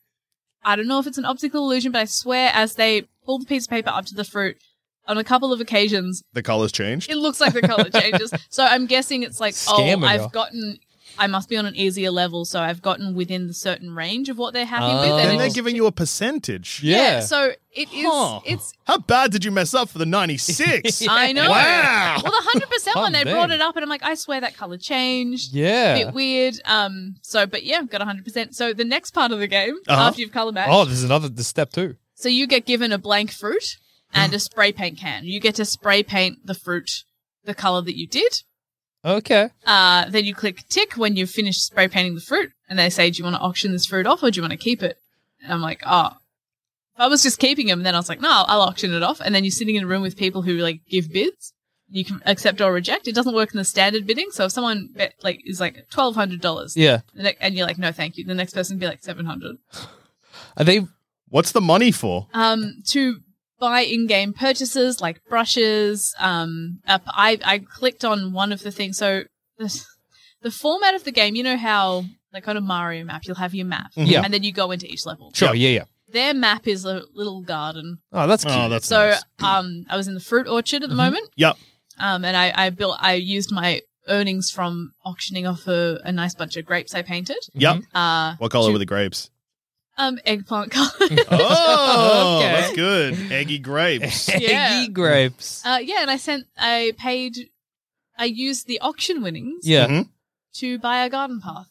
S6: I don't know if it's an optical illusion, but I swear as they pull the piece of paper up to the fruit on a couple of occasions,
S4: the color's changed.
S6: It looks like the color changes. So I'm guessing it's like,
S3: Scamming
S6: oh,
S3: ya.
S6: I've gotten, I must be on an easier level, so I've gotten within the certain range of what they're happy
S3: Oh.
S6: with.
S4: Then
S6: it
S4: they're
S6: just-
S4: giving you a percentage.
S3: Yeah.
S6: So it is.
S4: Huh.
S6: It's.
S4: How bad did you mess up for the 96?
S3: [LAUGHS]
S6: I know.
S4: Wow.
S6: Well, the hundred percent one, they
S3: Fun
S6: brought
S3: thing.
S6: it up, and I'm like, I swear that color changed.
S3: Yeah.
S6: Bit weird. Um. So, but yeah, got hundred percent. So the next part of the game,
S4: Uh-huh.
S6: after you've color matched,
S3: Oh, there's another the step too.
S6: so you get given a blank fruit and a spray paint can. You get to spray paint the fruit the color that you did.
S3: Okay.
S6: Uh, then you click tick when you've finished spray painting the fruit, and they say, "Do you want to auction this fruit off, or do you want to keep it?" And I'm like, "Oh." I was just keeping them, and then I was like, "No, I'll auction it off." And then you're sitting in a room with people who like give bids. you can accept or reject. It doesn't work in the standard bidding. So if someone bet, like is like twelve hundred dollars,
S3: Yeah.
S6: and you're like, no, thank you. The next person be like seven hundred.
S3: Are they
S4: What's the money for?
S6: Um, to buy in-game purchases like brushes. Um, up, I I clicked on one of the things. So the, the format of the game, you know how like on a Mario map, you'll have your map,
S4: Mm-hmm.
S3: Yeah.
S6: and then you go into each level.
S3: Sure, yeah, yeah.
S6: Their map is a little garden.
S3: Oh, that's cute. [LAUGHS]
S4: Oh, that's
S6: So
S4: nice. Mm-hmm.
S6: um, I was in the fruit orchard at the moment.
S4: Yep.
S6: Um, and I, I built, I used my earnings from auctioning off a, a nice bunch of grapes I painted.
S4: Yep.
S6: Uh,
S4: What color
S6: Two-
S4: were
S3: [LAUGHS]
S4: the grapes?
S6: um, eggplant [LAUGHS] color.
S4: Oh,
S3: Okay.
S4: that's good. Eggy grapes.
S6: Yeah.
S3: Eggy grapes.
S6: uh, yeah. And I sent, I paid, I used the auction winnings
S3: yeah.
S4: Mhm.
S6: to buy a garden path.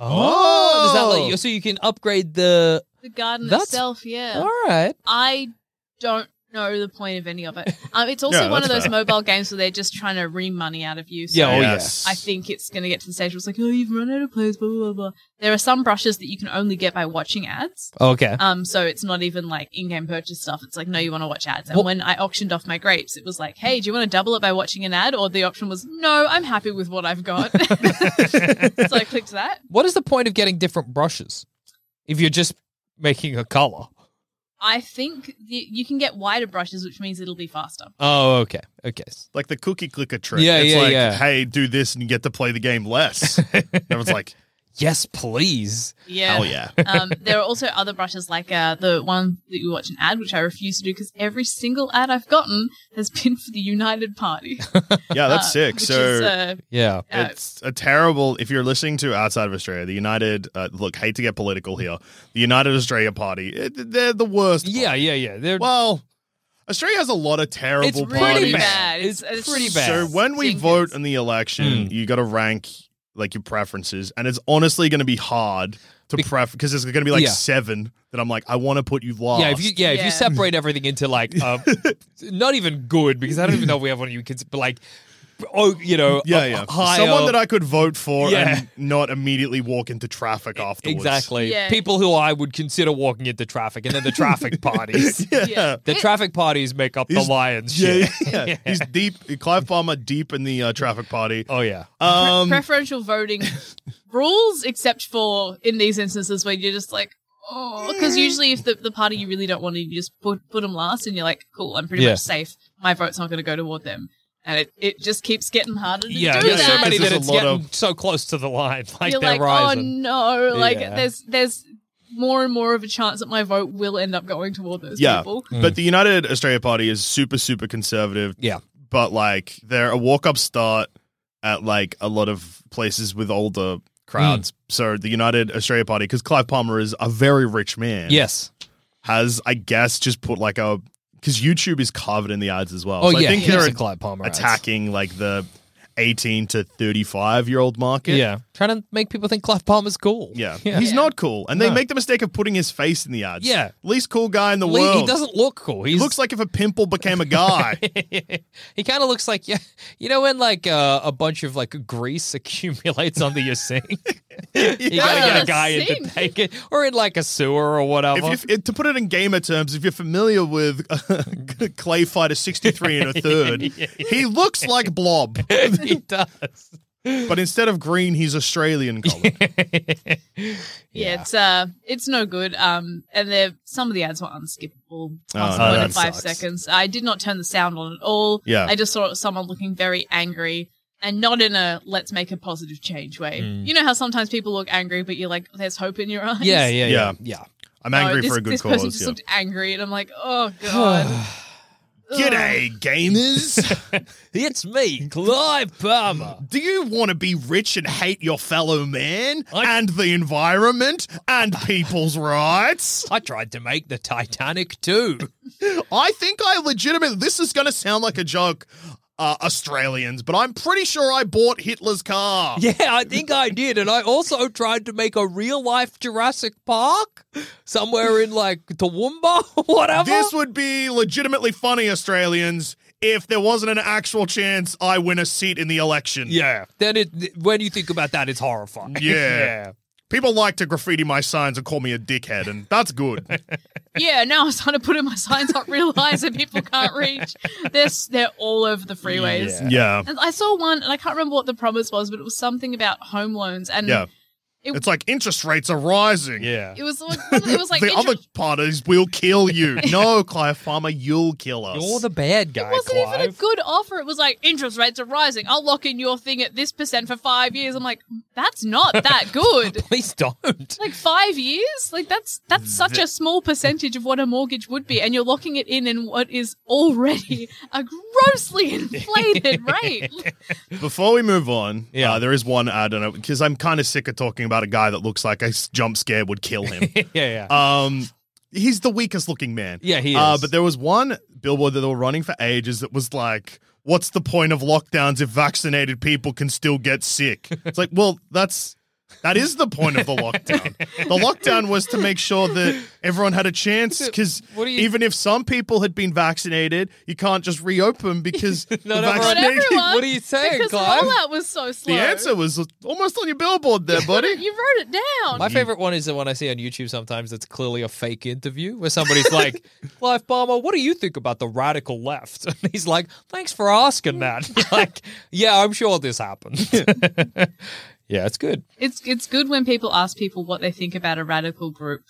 S3: Oh, does that let you, so you can upgrade the?
S6: The garden
S3: That's-
S6: itself. Yeah.
S3: All right.
S6: I don't know the point of any of
S3: [LAUGHS]
S6: it. Um, it's also
S4: Yeah,
S6: one of
S4: that's
S6: those
S4: fair.
S6: mobile games where they're just trying to ream money out of you. So
S3: Yeah. [LAUGHS] Oh,
S4: Yes.
S6: I think it's going to get to the stage where it's like, oh, you've run out of players, blah, blah, blah, blah. There are some brushes that you can only get by watching ads.
S3: Okay.
S6: [LAUGHS] Um, so it's not even like in-game purchase stuff. It's like, no, you want to watch ads. And
S3: What-
S6: when I auctioned off my grapes, it was like, hey, do you want to double it by watching an ad? Or the option was, no, I'm happy with what I've got. [LAUGHS] so I clicked that.
S3: What is the point of getting different brushes if you're just making a color?
S6: I think the, you can get wider brushes, which means it'll be faster.
S3: Oh, okay. Okay.
S4: like the cookie clicker trick.
S3: Yeah,
S4: it's
S3: yeah,
S4: like,
S3: yeah.
S4: hey, do this and you get to play the
S3: [LAUGHS]
S4: game less. Everyone's like,
S3: Yes, please.
S6: Yeah.
S4: hell yeah.
S6: um, there are also other brushes like uh, the one that you watch an ad, which I refuse to do because every single ad I've gotten has been for the United Party.
S4: Yeah, that's
S6: Uh,
S4: sick.
S6: which
S4: So
S6: is, uh,
S3: Yeah.
S6: uh,
S4: it's a terrible if you're listening to outside of Australia, the United uh, look, hate to get political here. The United Australia Party, it, they're the worst.
S3: Yeah, yeah, yeah. They're,
S4: Well, Australia has a lot of terrible
S3: it's pretty
S4: parties.
S3: bad. It's,
S6: It's- it's
S3: pretty bad.
S4: So when we
S6: Jenkins.
S4: vote in the
S3: Hmm.
S4: election, you got to rank like your preferences, and it's honestly going to be hard to
S3: Be-
S4: pref because there's going to be like
S3: Yeah.
S4: seven that I'm like, I want to put you last.
S3: yeah, if you yeah, if
S6: Yeah.
S3: you separate everything into like
S4: [LAUGHS]
S3: uh, not even good because I don't even know if we have one of you kids, but like oh, you know,
S4: yeah,
S3: a-
S4: yeah.
S3: a higher,
S4: Someone that I could vote for
S3: Yeah.
S4: and not immediately walk into traffic afterwards.
S3: E,
S4: [LAUGHS]
S3: exactly
S6: Yeah.
S3: people who I would consider walking into traffic, and then the traffic parties.
S4: Yeah.
S6: Yeah.
S3: The traffic parties make up the
S4: He's-
S3: lion's
S4: Yeah,
S3: share.
S4: [LAUGHS] yeah,
S3: [LAUGHS]
S4: yeah. He's deep. Clive Palmer deep in the uh, traffic party.
S3: Oh yeah.
S6: pre-
S4: Um,
S3: [LAUGHS]
S6: preferential voting rules, except for in these instances where you're just like, oh, because usually if the, the party you really don't want to, you just put, put them last and you're like, cool, I'm pretty
S3: Yeah.
S6: much safe. My vote's not going to go toward them. And it, it just keeps getting harder to
S3: Yeah,
S6: do
S3: there's
S6: that.
S3: so many
S4: There's
S3: that
S4: a
S3: it's
S4: lot
S3: getting
S4: of-
S3: so close to the line, like
S6: you're
S3: they're
S6: like,
S3: rising.
S6: oh no, like
S3: Yeah.
S6: there's there's more and more of a chance that my vote will end up going toward those
S4: Yeah.
S6: people.
S4: But the United Australia Party is super, super conservative.
S3: Mm. Yeah.
S4: But like they're a walk up start at like a lot of places with older
S3: Mm.
S4: crowds. So the United Australia Party, because Clive Palmer is a very rich man,
S3: Yes.
S4: has, I guess, just put like a. Because YouTube is covered in the ads as well.
S3: Oh
S4: So
S3: yeah.
S4: I think
S3: heaps
S4: they're
S3: of Clive Palmer ads.
S4: attacking like the 18 to 35 year old market.
S3: Yeah, trying to make people think Clive Palmer's cool.
S4: Yeah.
S3: yeah.
S4: He's not cool. And they
S3: No.
S4: make the mistake of putting his face in the ads.
S3: Yeah.
S4: Least cool guy in the
S3: Le-
S4: world.
S3: he doesn't look cool. He's,
S4: He looks like if a pimple became
S3: [LAUGHS]
S4: a guy.
S3: he kind of looks like yeah, you know when like uh, a bunch of like grease [LAUGHS] accumulates under your sink. You gotta get
S6: Yeah.
S3: a guy in to
S6: Sink.
S3: take it, or in like a sewer or
S4: If
S3: whatever.
S4: you, if- to put it in gamer terms, if you're familiar with [LAUGHS] Clay Fighter
S3: [LAUGHS]
S4: 63 and a third, he looks like Blob,
S3: he does.
S4: but instead of green, he's
S3: [LAUGHS]
S4: Australian colored.
S6: Yeah, it's uh it's no good. Um and they some of the ads were unskippable past
S4: Oh, no,
S6: one to
S4: that
S6: five
S4: sucks.
S6: seconds. I did not turn the sound on at all.
S4: Yeah.
S6: I just saw someone looking very angry and not in a let's make a positive change way.
S4: Hmm.
S6: You know how sometimes people look angry but you're like, there's hope in your [LAUGHS] eyes.
S3: Yeah, yeah, yeah,
S4: Yeah.
S3: yeah.
S4: I'm
S6: No,
S4: angry
S6: this,
S4: for a good
S6: this person
S4: cause.
S6: just
S4: Yeah.
S6: looked angry and I'm like, oh
S4: [SIGHS]
S6: god.
S4: G'day,
S3: [LAUGHS]
S4: gamers.
S3: It's me, Clive Palmer.
S4: Do you want to be rich and hate your fellow man and the environment and people's rights?
S3: I tried to make the Titanic too.
S4: I think I legitimately. This is going to sound like a joke, uh, Australians, but I'm pretty sure I bought Hitler's car.
S3: Yeah, I think I did. And I also tried to make a real life Jurassic Park somewhere in like Toowoomba or whatever.
S4: This would be legitimately funny, Australians, if there wasn't an actual chance I win a seat in the election.
S3: yeah. Then it when you think about that, it's horrifying.
S4: [LAUGHS] Yeah. People like to graffiti my signs and call me a dickhead, and
S3: [LAUGHS]
S4: that's good.
S6: yeah, now I'm starting to put in my signs up, realize that people can't reach. They're, s- they're all over the freeways.
S4: yeah.
S3: Um,
S6: And I saw one, and I can't remember what the promise was, but it was something about home loans. And
S4: Yeah.
S6: It-
S4: it's like interest rates are rising.
S3: Yeah.
S6: it was like, it was like
S4: [LAUGHS] the
S6: inter-
S4: other part is we'll kill
S3: [LAUGHS]
S4: you. No, Clive Farmer, you'll kill us.
S3: You're the bad guy,
S6: It wasn't
S3: Clive.
S6: even a good offer. It was like interest rates are rising. I'll lock in your thing at this percent for five years. I'm like, that's not
S4: [LAUGHS]
S6: that
S3: [LAUGHS]
S6: good.
S3: Please don't.
S6: like five years? Like that's that's such a small percentage of what a mortgage would be, and you're locking it in in what is already a
S4: [LAUGHS]
S6: grossly inflated rate.
S4: Before we move on,
S3: Yeah.
S4: uh, there is one ad, and because I'm kind of sick of talking about a guy that looks like a s- jump scare would kill
S3: [LAUGHS]
S4: him.
S3: [LAUGHS] yeah, yeah.
S4: um, he's the weakest looking man.
S3: Yeah, he
S4: Uh,
S3: is.
S4: but there was one billboard that they were running for ages that was like, "What's the point of lockdowns if vaccinated people can still get sick?" It's like, well, that's that is the point of the lockdown. the lockdown was to make sure that everyone had
S3: [LAUGHS]
S4: a chance because
S3: What do you-
S4: even if some people had been vaccinated, you can't just reopen because the
S3: [LAUGHS] Not everyone-
S6: Not
S4: vaccinated. [LAUGHS]
S6: everyone.
S3: What are you saying,
S6: Because
S3: Clive?
S6: the rollout was so slow.
S4: The answer was almost on your
S6: [LAUGHS]
S4: billboard there, buddy.
S6: You wrote it down.
S3: My favorite one is the one I see on YouTube sometimes that's clearly a fake interview where somebody's like, [LAUGHS] Clive Palmer, what do you think about the radical left? [LAUGHS] And he's like, thanks for asking that. [LAUGHS] like, yeah, I'm sure this [LAUGHS] happened. yeah, it's good.
S6: it's it's good when people ask people what they think about a radical group,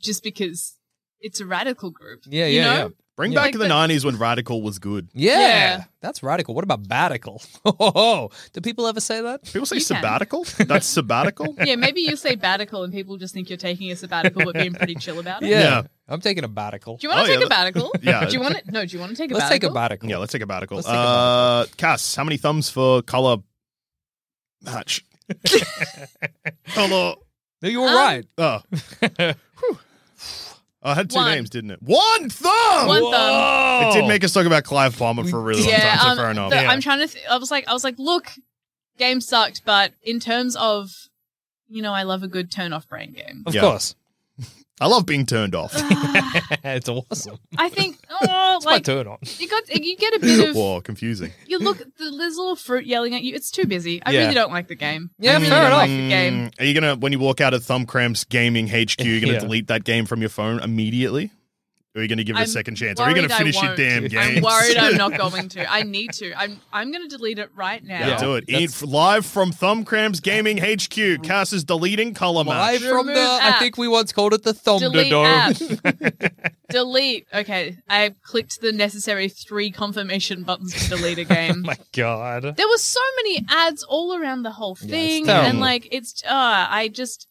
S6: just because it's a radical group.
S3: Mm. Yeah,
S6: you
S3: yeah,
S6: know?
S4: Bring
S3: Yeah.
S4: back the '90s when radical was good.
S3: yeah.
S6: Yeah.
S3: That's radical. What about badical? [LAUGHS] Oh, do people ever say that?
S4: People say
S6: You can.
S4: sabbatical.
S6: [LAUGHS]
S4: That's sabbatical.
S6: yeah. Maybe
S3: [LAUGHS]
S6: you say badical and people just think you're taking a sabbatical, but being pretty chill about it.
S3: Yeah.
S4: Yeah.
S3: I'm taking a badical.
S6: Do you want
S4: Oh,
S6: to
S4: yeah,
S6: take a
S4: that-
S6: badical?
S4: [LAUGHS] yeah.
S6: Do you want to? No. Do you want to take a
S3: Let's take
S6: badical?
S3: a badical.
S4: Yeah, let's take a batical.
S3: Let's take a
S4: Uh, Cass, how many thumbs for color
S6: [LAUGHS]
S4: match? color.
S3: No, you were
S6: Um,
S3: right.
S6: [LAUGHS]
S4: Oh. Whew. I had two
S6: One.
S4: names, didn't it? One thumb.
S6: One thumb.
S4: It did make us talk about Clive Palmer for a really long
S6: Yeah,
S4: time. So
S6: um,
S4: fair enough.
S6: the- I'm trying to. Th- I was like, I was like, look, game sucked, but in terms of, you know, I love a good turn off brain
S3: [LAUGHS]
S6: game.
S3: Of
S4: Yeah.
S3: course.
S4: I love being
S6: [LAUGHS]
S4: turned off.
S3: it's awesome.
S6: I think, oh,
S3: It's
S6: like
S3: my turn on.
S6: you got, you get a
S3: [LAUGHS]
S6: bit of,
S4: Whoa, confusing.
S6: you look, the- there's a little fruit yelling at you. It's too busy. I
S3: Yeah.
S6: really don't like the game. I
S3: Yeah,
S6: really
S3: fair
S6: don't
S3: enough.
S6: Like the game.
S4: Mm, Are you gonna when you walk out of Thumb Cramps Gaming HQ, you're
S3: [LAUGHS]
S4: gonna
S3: Yeah.
S4: delete that game from your phone immediately? Or are you gonna give it
S6: I'm
S4: a second chance? Or are you gonna
S6: worried I
S4: finish your
S6: won't.
S4: damn game?
S6: I'm worried
S3: [LAUGHS]
S6: I'm not going to. I need to. I'm, I'm going to delete it right now.
S4: [LAUGHS] Yeah,
S3: Yeah.
S4: do it.
S3: That's-
S4: Eat f- live from Thumbcramps Gaming HQ. Cass is deleting color
S3: Live
S4: match.
S3: from the, I
S6: app.
S3: think we once called it the
S6: Delete
S3: Thunderdome.
S6: app.
S3: [LAUGHS]
S6: [LAUGHS] delete. Okay, I clicked the necessary three confirmation buttons to delete
S3: [LAUGHS]
S6: a game.
S3: My God.
S6: there were so many ads all around the whole thing,
S3: terrible.
S6: and like it's. Uh, I just,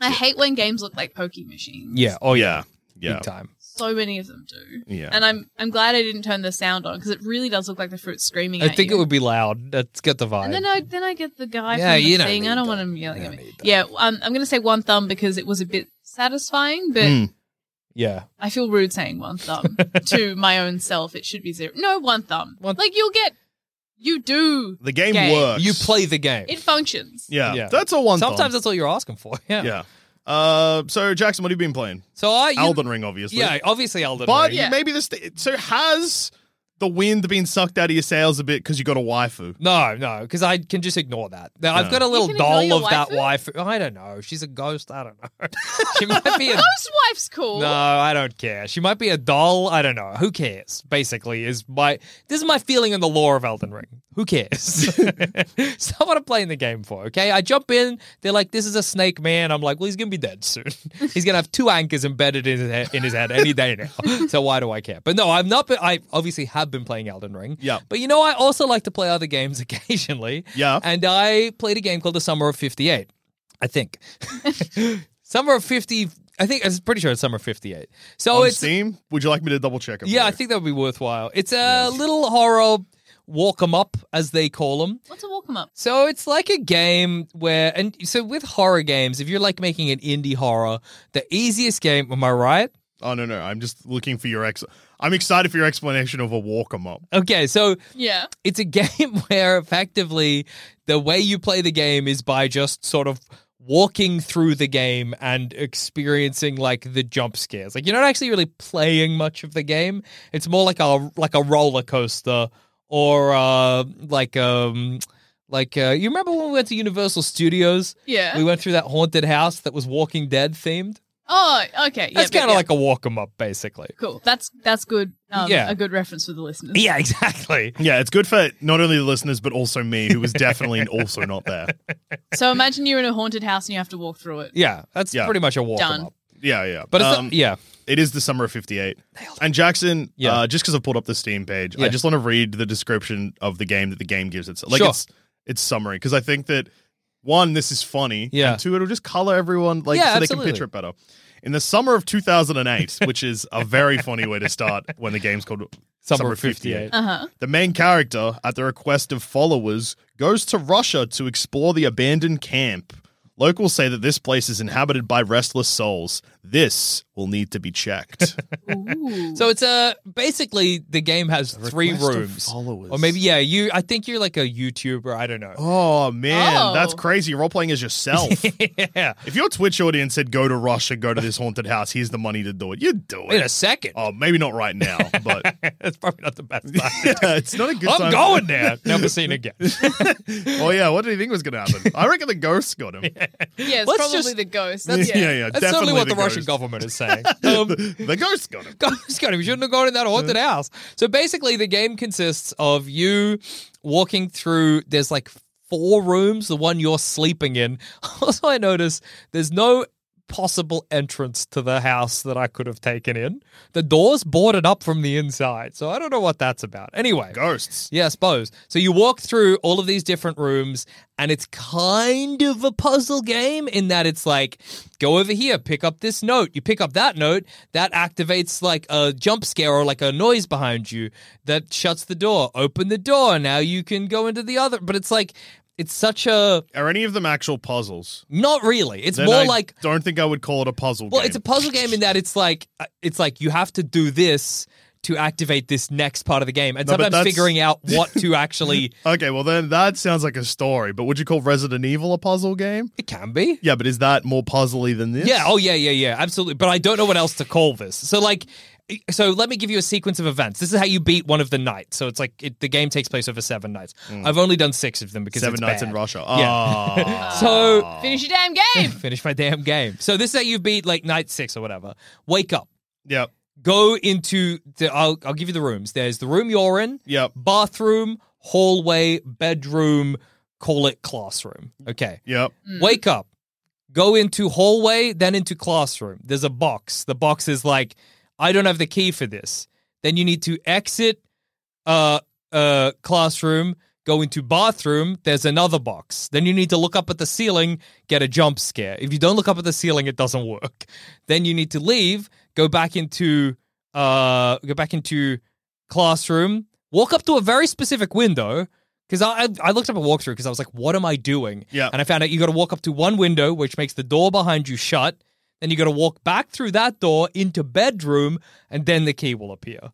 S6: I hate when games look like pokey machines.
S3: Yeah. Oh, yeah.
S4: Yeah, yeah,
S3: Big time.
S6: so many of them do.
S4: yeah.
S6: And I'm I'm glad I didn't turn the sound on because it really does look like the fruit screaming.
S3: I
S6: at
S3: think
S6: you.
S3: it would be loud. That's got the vibe.
S6: And then I then I get the guy
S3: Yeah,
S6: from the
S3: you don't
S6: thing.
S3: need
S6: I don't
S3: that.
S6: want him yelling
S3: You
S6: at
S3: don't
S6: me.
S3: need that.
S6: Yeah, um, I'm gonna say one thumb because it was a bit satisfying, but
S3: Hmm.
S4: Mm.
S3: yeah.
S6: I feel rude saying
S3: [LAUGHS]
S6: one thumb to my own self. It should be zero. No, one thumb.
S3: One-
S6: like you'll get, you do.
S4: the game,
S6: Game.
S4: works.
S3: You play the game.
S6: It functions.
S4: Yeah,
S3: Yeah.
S4: that's a one.
S3: Sometimes
S4: thumb.
S3: that's all you're asking for. [LAUGHS] Yeah.
S4: yeah. Uh, so Jackson, what have you been playing?
S3: So I. You,
S4: Elden Ring, obviously.
S3: Yeah, obviously Elden
S4: but
S3: Ring.
S6: Yeah.
S4: maybe this. So has the wind been sucked out of your sails a bit because you got a waifu?
S3: No, no, because I can just ignore that. Now, I've
S4: No.
S3: got a little
S6: can ignore
S3: doll
S6: your
S3: of that waifu. I don't know. She's a ghost. I don't know. [LAUGHS] she might [LAUGHS] be a.
S6: Ghost wife's cool.
S3: No, I don't care. She might be a doll. I don't know. Who cares? Basically, is my this is my feeling on the lore of Elden Ring. Who cares? [LAUGHS] so I want to play in the game for. Okay, I jump in. They're like, "This is a snake man." I'm like, "Well, he's gonna be dead soon. [LAUGHS] he's gonna have two anchors embedded in his head, in his head any day now. [LAUGHS] so why do I care?" But no, I've not. Been, I obviously have been playing Elden Ring.
S4: Yeah.
S3: But you know, I also like to play other games [LAUGHS] occasionally.
S4: Yeah.
S3: And I played a game called The Summer of '58. I think. Summer of 50. I think I'm pretty sure it's Summer of 58. So
S4: On
S3: it's
S4: Steam. Would you like me to double check it?
S3: yeah,
S4: for
S3: I
S4: you?
S3: think that would be worthwhile. It's a little horror walk 'em up as they call them.
S6: What's a welcome up?
S3: So it's like a game where and so with horror games, if you're like making an indie horror, the easiest game, am I right?
S4: Oh no, no. I'm just looking for your ex. I'm excited for your explanation of a walk 'em up.
S3: Okay, so
S6: Yeah.
S3: it's a [LAUGHS] game where effectively the way you play the game is by just sort of walking through the game and experiencing like the jump scares. Like you're not actually really playing much of the game. It's more like a like a roller coaster or uh like um Like uh, you remember when we went to Universal Studios?
S6: Yeah.
S3: We went through that haunted house that was Walking Dead themed.
S6: oh, okay. Yeah,
S3: That's
S6: but-
S3: kind of
S6: yeah.
S3: like a walk 'em up, basically.
S6: cool. That's that's good. Um,
S3: Yeah.
S6: a good reference for the listeners. [LAUGHS]
S3: Yeah, exactly.
S4: Yeah, it's good for not only the listeners but also me, who was [LAUGHS] definitely also not there.
S6: So imagine you're in a haunted house and you have to walk through it.
S3: Yeah, that's
S4: Yeah.
S3: pretty much a walk 'em
S6: Done.
S3: up.
S4: Yeah, yeah.
S3: But it's
S4: Um,
S3: yeah,
S4: it is the summer of '58. And Jackson,
S3: Yeah.
S4: uh, just because I pulled up the Steam page,
S3: Yeah.
S4: I just want to read the description of the game that the game gives itself. Like
S3: Sure.
S4: it's it's summary because I think that one, this is funny.
S3: Yeah.
S4: And two, it'll just color everyone like
S3: Yeah,
S4: so
S3: absolutely.
S4: they can picture it better. In the summer of 2008, which is a very funny way to start when the game's called
S3: summer of '58.
S6: Uh huh.
S4: the main character, at the request of followers, goes to Russia to explore the abandoned camp. Locals say that this place is inhabited by restless souls. This will need to be checked.
S3: So it's uh, basically the game has three
S4: request of
S3: rooms,
S4: followers.
S3: or maybe yeah. You, I think you're like a YouTuber. I don't know.
S4: oh man,
S6: Oh.
S4: that's crazy. Role playing as yourself.
S3: [LAUGHS] yeah,
S4: if your Twitch audience said go to Russia, go to this haunted house, here's the money to do it, you'd do
S3: in a
S4: it.
S3: second.
S4: Oh, maybe not right now, but
S3: [LAUGHS]
S4: [LAUGHS]
S3: that's probably not the best time.
S4: yeah, it's not a good
S3: I'm
S4: time. [LAUGHS]
S3: going there. Never seen again.
S4: Oh yeah, what did he think was going to happen? I reckon the ghosts
S3: [LAUGHS]
S4: got him.
S6: Yeah, it's
S3: Let's
S6: probably
S3: just-
S6: the ghost. That's,
S4: [LAUGHS] yeah,
S6: yeah.
S4: yeah,
S3: That's
S4: definitely
S3: certainly what the,
S4: the
S3: Russian
S4: ghosts.
S3: government is
S4: [LAUGHS]
S3: saying. Um,
S4: the ghosts got
S3: [LAUGHS]
S4: him.
S3: Ghost Gun. We shouldn't have gone in that haunted house. So basically, the game consists of you walking through. There's like four rooms. The one you're sleeping in. [LAUGHS] Also, I notice there's no possible entrance to the house that I could have taken in. The door's boarded up from the inside. So I don't know what that's about. Anyway.
S4: Ghosts.
S3: Yeah, I suppose. So you walk through all of these different rooms, and it's kind of a puzzle game in that it's like, go over here, pick up this note. You pick up that note, that activates like a jump scare or like a noise behind you that shuts the door. Open the door. Now you can go into the other. But it's like, it's such a.
S4: Are any of them actual puzzles?
S3: Not really. It's
S4: Then
S3: more
S4: I
S3: like
S4: don't think I would call it a puzzle.
S3: well,
S4: game.
S3: it's a puzzle game in that it's like uh, it's like you have to do this to activate this next part of the game, and
S4: No, but
S3: sometimes
S4: that's-
S3: figuring out what to actually.
S4: okay. Well, then that sounds like a story. But would you call Resident Evil a puzzle game?
S3: it can be.
S4: Yeah, but is that more puzzly than this?
S3: Yeah. Oh, yeah, yeah, yeah. Absolutely. But I don't know what else to call this. So, like, so let me give you a sequence of events. This is how you beat one of the nights. So it's like it, the game takes place over seven nights. I've only done six of them because
S4: Seven
S3: it's
S4: Nights
S3: bad.
S4: in Russia. Ah.
S3: [LAUGHS] So
S6: Finish your damn
S3: [LAUGHS]
S6: game.
S3: finish my damn game. So this is how you beat like night six or whatever. Wake up.
S4: yep.
S3: Go into the. I'll, I'll give you the rooms. There's the room you're in.
S4: Yep.
S3: Bathroom, hallway, bedroom. Call it classroom. Okay.
S4: Yep.
S3: Wake up. Go into hallway, then into classroom. There's a box. The box is like, I don't have the key for this. Then you need to exit uh uh classroom, go into bathroom, there's another box. Then you need to look up at the ceiling, get a jump scare. If you don't look up at the ceiling, it doesn't work. [LAUGHS] Then you need to leave, go back into uh go back into classroom, walk up to a very specific window. Because I, I I looked up a walkthrough because I was like, what am I doing?
S4: Yeah.
S3: And I found out you got to walk up to one window, which makes the door behind you shut. Then you got to walk back through that door into bedroom, and then the key will appear.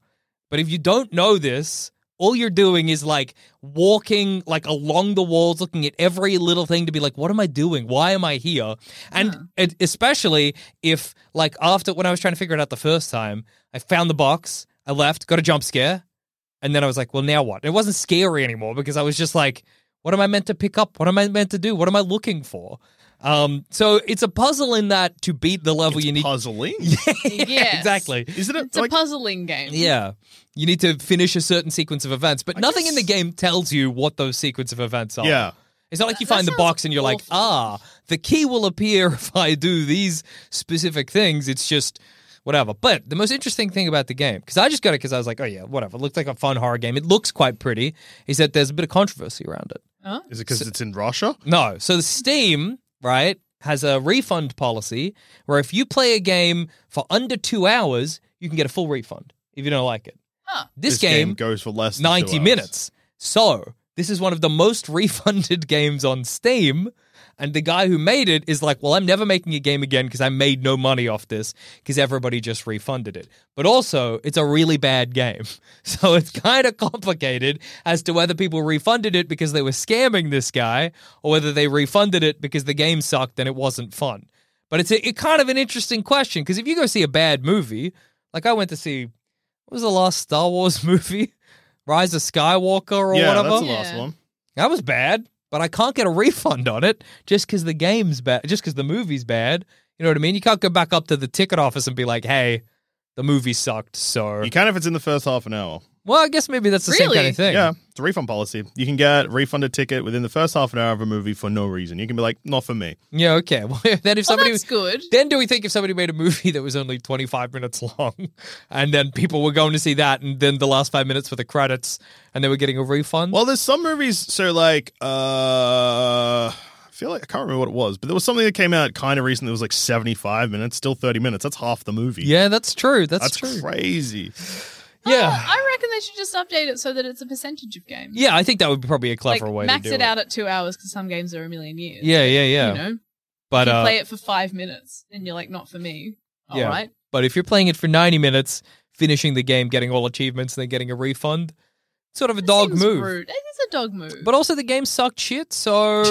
S3: But if you don't know this, all you're doing is like walking like along the walls, looking at every little thing to be like, what am I doing? Why am I here? And it, especially if like after when I was trying to figure it out the first time, I found the box, I left, got a jump scare, and then I was like, well, now what? It wasn't scary anymore because I was just like, what am I meant to pick up? What am I meant to do? What am I looking for? Um, so it's a puzzle in that to beat the level
S4: It's
S3: you need. [LAUGHS]
S4: puzzling.
S6: Yes.
S3: exactly.
S4: Isn't it
S6: It's
S4: like
S6: a puzzling game.
S3: Yeah. You need to finish a certain sequence of events, but nothing in the
S4: guess-
S3: game tells you what those sequence of events are.
S4: yeah?
S3: It's not like you
S6: That- that
S3: find the
S6: sounds
S3: box and you're like,
S6: awful.
S3: ah, the key will appear [LAUGHS] if I do these specific things. It's just whatever. But the most interesting thing about the game, because I just got it because I was like, oh yeah, whatever. It looks like a fun horror game. It looks quite pretty, is that there's a bit of controversy around it.
S4: Is it because it's in Russia?
S3: No. So the Steam, right, has a refund policy where if you play a game for under two hours, you can get a full refund if you don't like it. This, game,
S4: goes for less. Than
S3: 90
S4: two hours.
S3: minutes. So, this is one of the most [LAUGHS] refunded games on Steam. And the guy who made it is like, well, I'm never making a game again because I made no money off this because everybody just refunded it. But also, it's a really bad game. [LAUGHS] So it's kind of complicated as to whether people refunded it because they were scamming this guy or whether they refunded it because the game sucked and it wasn't fun. But it's a, it kind of an interesting question because if you go see a bad movie, like I went to see, what was the last Star Wars [LAUGHS] movie? Rise of Skywalker or
S4: yeah,
S3: whatever?
S4: that's the last
S6: Yeah.
S4: one.
S3: That was bad. but I can't get a refund on it just because the game's bad, just because the movie's bad. You know what I mean? You can't go back up to the ticket office and be like, hey, the movie sucked. So,
S4: You can if it's in the first half an hour.
S3: well, I guess maybe that's the same kind
S6: Really?
S3: of thing.
S4: Yeah, it's a refund policy. You can get refund a ticket within the first half an hour of a movie for no reason. You can be like, not for me.
S3: Yeah, okay. [LAUGHS] Well, then if
S6: Oh,
S3: somebody.
S6: that's good.
S3: Then do we think if somebody made a movie [LAUGHS] that was only 25 minutes long and then people were going to see that and then the last five minutes were the credits and they were getting a refund?
S4: Well, there's some movies. So like, uh, I feel like I can't remember what it was, but there was something that came out kind of recently. That was like 75 minutes, still 30 minutes. That's half the movie.
S3: yeah, that's true. That's,
S4: that's
S3: true.
S4: crazy.
S3: Yeah.
S6: Oh, I reckon they should just update it so that it's a percentage of games.
S3: Yeah, I think that would be probably a
S6: like
S3: clever way
S6: max
S3: to do
S6: it out at two hours because some games are a million years.
S3: Yeah, yeah, yeah.
S6: You know,
S3: but
S6: you
S3: uh,
S6: play it for five minutes and you're like, not for me. All right.
S3: Yeah. but if you're playing it for 90 minutes, finishing the game, getting all achievements, and then getting a refund, sort of a
S6: That
S3: dog
S6: seems
S3: move.
S6: Rude. It is a dog move.
S3: But also the game sucked shit, so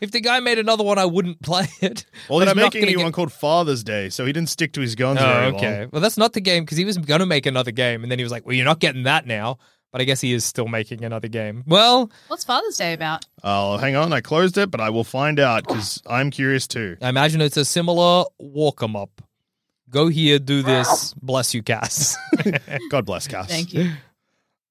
S3: if the guy made another one, I wouldn't [LAUGHS] play it.
S4: Well,
S3: But
S4: he's
S3: I'm not
S4: making a
S3: gonna
S4: new
S3: get-
S4: one called Father's Day, so he didn't stick to his guns.
S3: Oh,
S4: very
S3: okay.
S4: Long.
S3: Well, that's not the game because he was going to make another game, and then he was like, "Well, you're not getting that now." But I guess he is still making another game. Well,
S6: What's Father's Day about?
S4: Oh, hang on. I closed it, but I will find out because I'm
S3: [LAUGHS]
S4: curious too.
S3: I imagine it's a similar walk 'em up. Go here, do this. Bless you, Cass. [LAUGHS]
S4: God bless Cass.
S6: Thank you.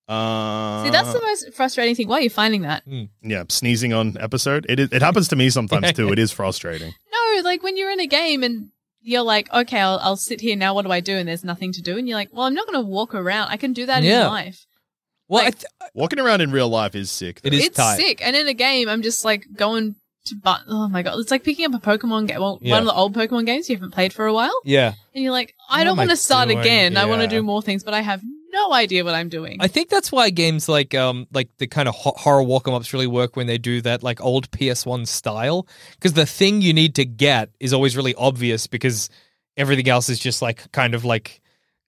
S4: Uh,
S6: See,
S3: Uh.
S6: that's the most frustrating thing. Why are you finding that?
S4: yeah sneezing on episode. It is, it happens to
S3: [LAUGHS]
S4: me sometimes too. It is frustrating.
S6: No, like when you're in a game and you're like, okay, I'll, I'll sit here now. What do I do? And there's nothing to do. And you're like, well, I'm not going to walk around. I can do that
S3: Yeah.
S6: in life.
S3: well, I
S6: Like-
S3: th-
S4: Walking around in real life is sick. though.
S3: It is
S6: it's
S3: tight.
S6: sick. And in a game, I'm just like going to but oh my god, it's like picking up a Pokemon game, well,
S3: Yeah.
S6: one of the old Pokemon games you haven't played for a while,
S3: yeah.
S6: and you're like, I
S4: Oh
S3: What
S6: don't
S3: am I
S6: want to start
S3: doing?
S6: again. I want
S3: Yeah.
S6: to do more things, but I have no idea what I'm doing.
S3: Um, I think that's why games like um like the kind of ho- horror walk 'em ups really work when they do that like old PS1 style because the thing you need to get is always really obvious because everything else is just like kind of like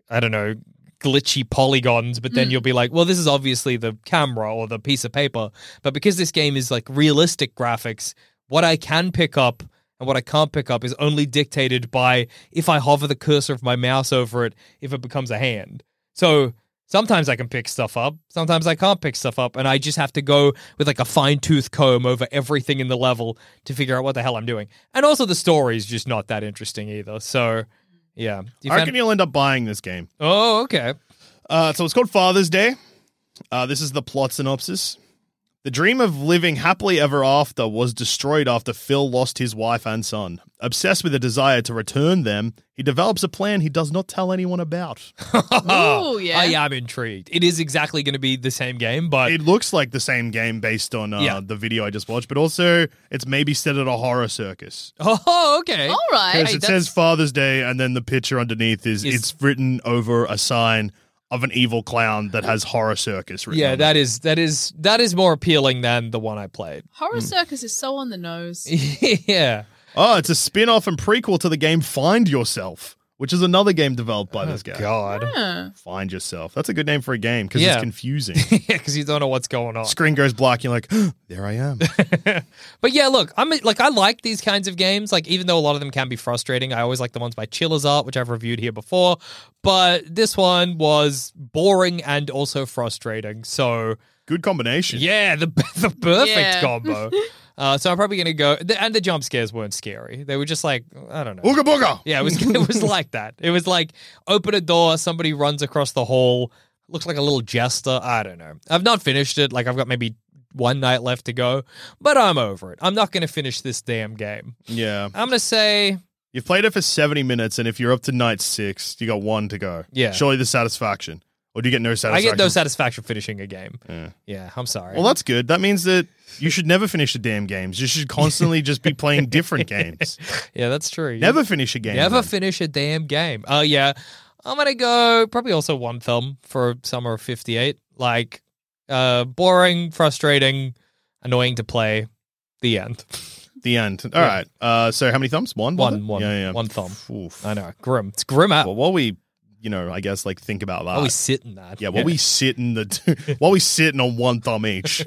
S3: I don't know glitchy polygons but then you'll be like well this is obviously the camera or the piece of paper but because this game is like realistic graphics what I can pick up and what I can't pick up is only dictated by if I hover the cursor of my mouse over it, if it becomes a hand. So sometimes I can pick stuff up, sometimes I can't pick stuff up, and I just have to go with like a fine tooth comb over everything in the level to figure out what the hell I'm doing. And also, the story is just not that interesting either. So, yeah. Do you
S4: I e-
S3: find-
S4: reckon you'll end up buying this game.
S3: oh, okay. [LAUGHS]
S4: Uh, so it's called Father's Day. Uh, this is the plot synopsis. The dream of living happily ever after was destroyed after Phil lost his wife and son. Obsessed with a desire to return them, he develops a plan he does not tell anyone about.
S6: Ooh, yeah.
S3: I am intrigued. It is exactly going to be the same game, but
S4: it looks like the same game based on uh,
S3: Yeah.
S4: the video I just watched, but also it's maybe set at a horror circus.
S3: [LAUGHS] oh, okay.
S6: All right.
S4: Because
S3: Hey,
S4: it
S3: that's-
S4: says Father's Day, and then the picture underneath is
S3: Is-
S4: it's written over a sign of an evil clown that has horror circus written.
S3: Yeah,
S4: on it.
S3: that is that is that is more appealing than the one I played.
S6: Horror
S4: Hmm.
S6: Circus is so on the nose.
S3: yeah. [LAUGHS]
S4: Oh, it's a spin off and prequel to the game Find Yourself, which is another game developed by this guy.
S3: Oh, God.
S4: [LAUGHS]
S6: Huh.
S4: Find Yourself. That's a good name for a game because
S3: Yeah. [LAUGHS]
S4: it's confusing.
S3: yeah, because you don't know what's going on.
S4: Screen goes black, you're like, there
S3: [LAUGHS]
S4: I am.
S3: But yeah, look, I'm like I like these kinds of games. Like even though a lot of them can be frustrating, I always like the ones by Chillers Art, which I've reviewed here before. But this one was boring and also frustrating. So
S4: Good combination.
S3: yeah, the [LAUGHS] the perfect
S6: Yeah.
S3: combo. Uh, so I'm probably gonna go. The, and the jump scares weren't scary. They were just like I don't know.
S4: Ooga booga.
S3: Yeah, it was [LAUGHS] it was like that. It was like open a door, somebody runs across the hall, looks like a little jester. I don't know. I've not finished it. Like I've got maybe one night left to go, but I'm over it. I'm not going to finish this damn game.
S4: Yeah.
S3: I'm going to say
S4: You've played it for 70 minutes, and if you're up to night six, you got one to go.
S3: Yeah.
S4: Surely the satisfaction. Or do you get no
S3: I
S4: satisfaction?
S3: get no satisfaction finishing a game.
S4: Yeah.
S3: Yeah, I'm sorry.
S4: Well, that's good. That means that you should never finish the damn games. You should constantly just be
S3: [LAUGHS]
S4: playing different games.
S3: yeah, that's true.
S4: Never finish a game.
S3: Never
S4: then.
S3: finish a damn game. Oh yeah, I'm gonna go probably also one film for summer of '58. Like, uh, boring, frustrating, annoying to play. The end.
S4: The end. All
S3: Yeah.
S4: right. Uh, so how many thumbs? One. was
S3: One-
S4: it?
S3: one- one thumb.
S4: Oof.
S3: I know, grim. It's grim out.
S4: Well, while we, you know, I guess like think about that.
S3: Oh, we sit in that.
S4: yeah, while we sit
S3: [LAUGHS]
S4: in the, while we sitting on one thumb each,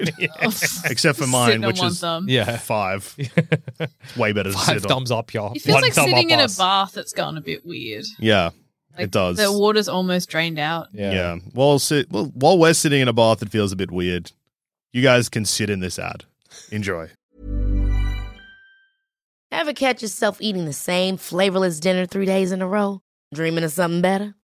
S4: except for mine,
S6: Sitting Oh. on
S4: which
S6: one
S4: is
S6: thumb.
S3: Yeah.
S4: [LAUGHS] five. It's way better to
S3: five
S4: sit on.
S3: thumbs up, y'all.
S6: It feels
S3: One
S6: like
S3: thumb
S6: sitting
S3: up
S6: in a
S3: us.
S6: bath that's gone a bit weird.
S4: Yeah,
S6: Like,
S4: it does.
S6: The water's almost drained out.
S4: yeah.
S3: Yeah.
S4: Well, sit. Well, while we're sitting in a bath, it feels a bit weird. You guys can sit in this ad. Enjoy.
S7: Ever catch yourself eating the same flavorless dinner three days in a row? Dreaming of something better?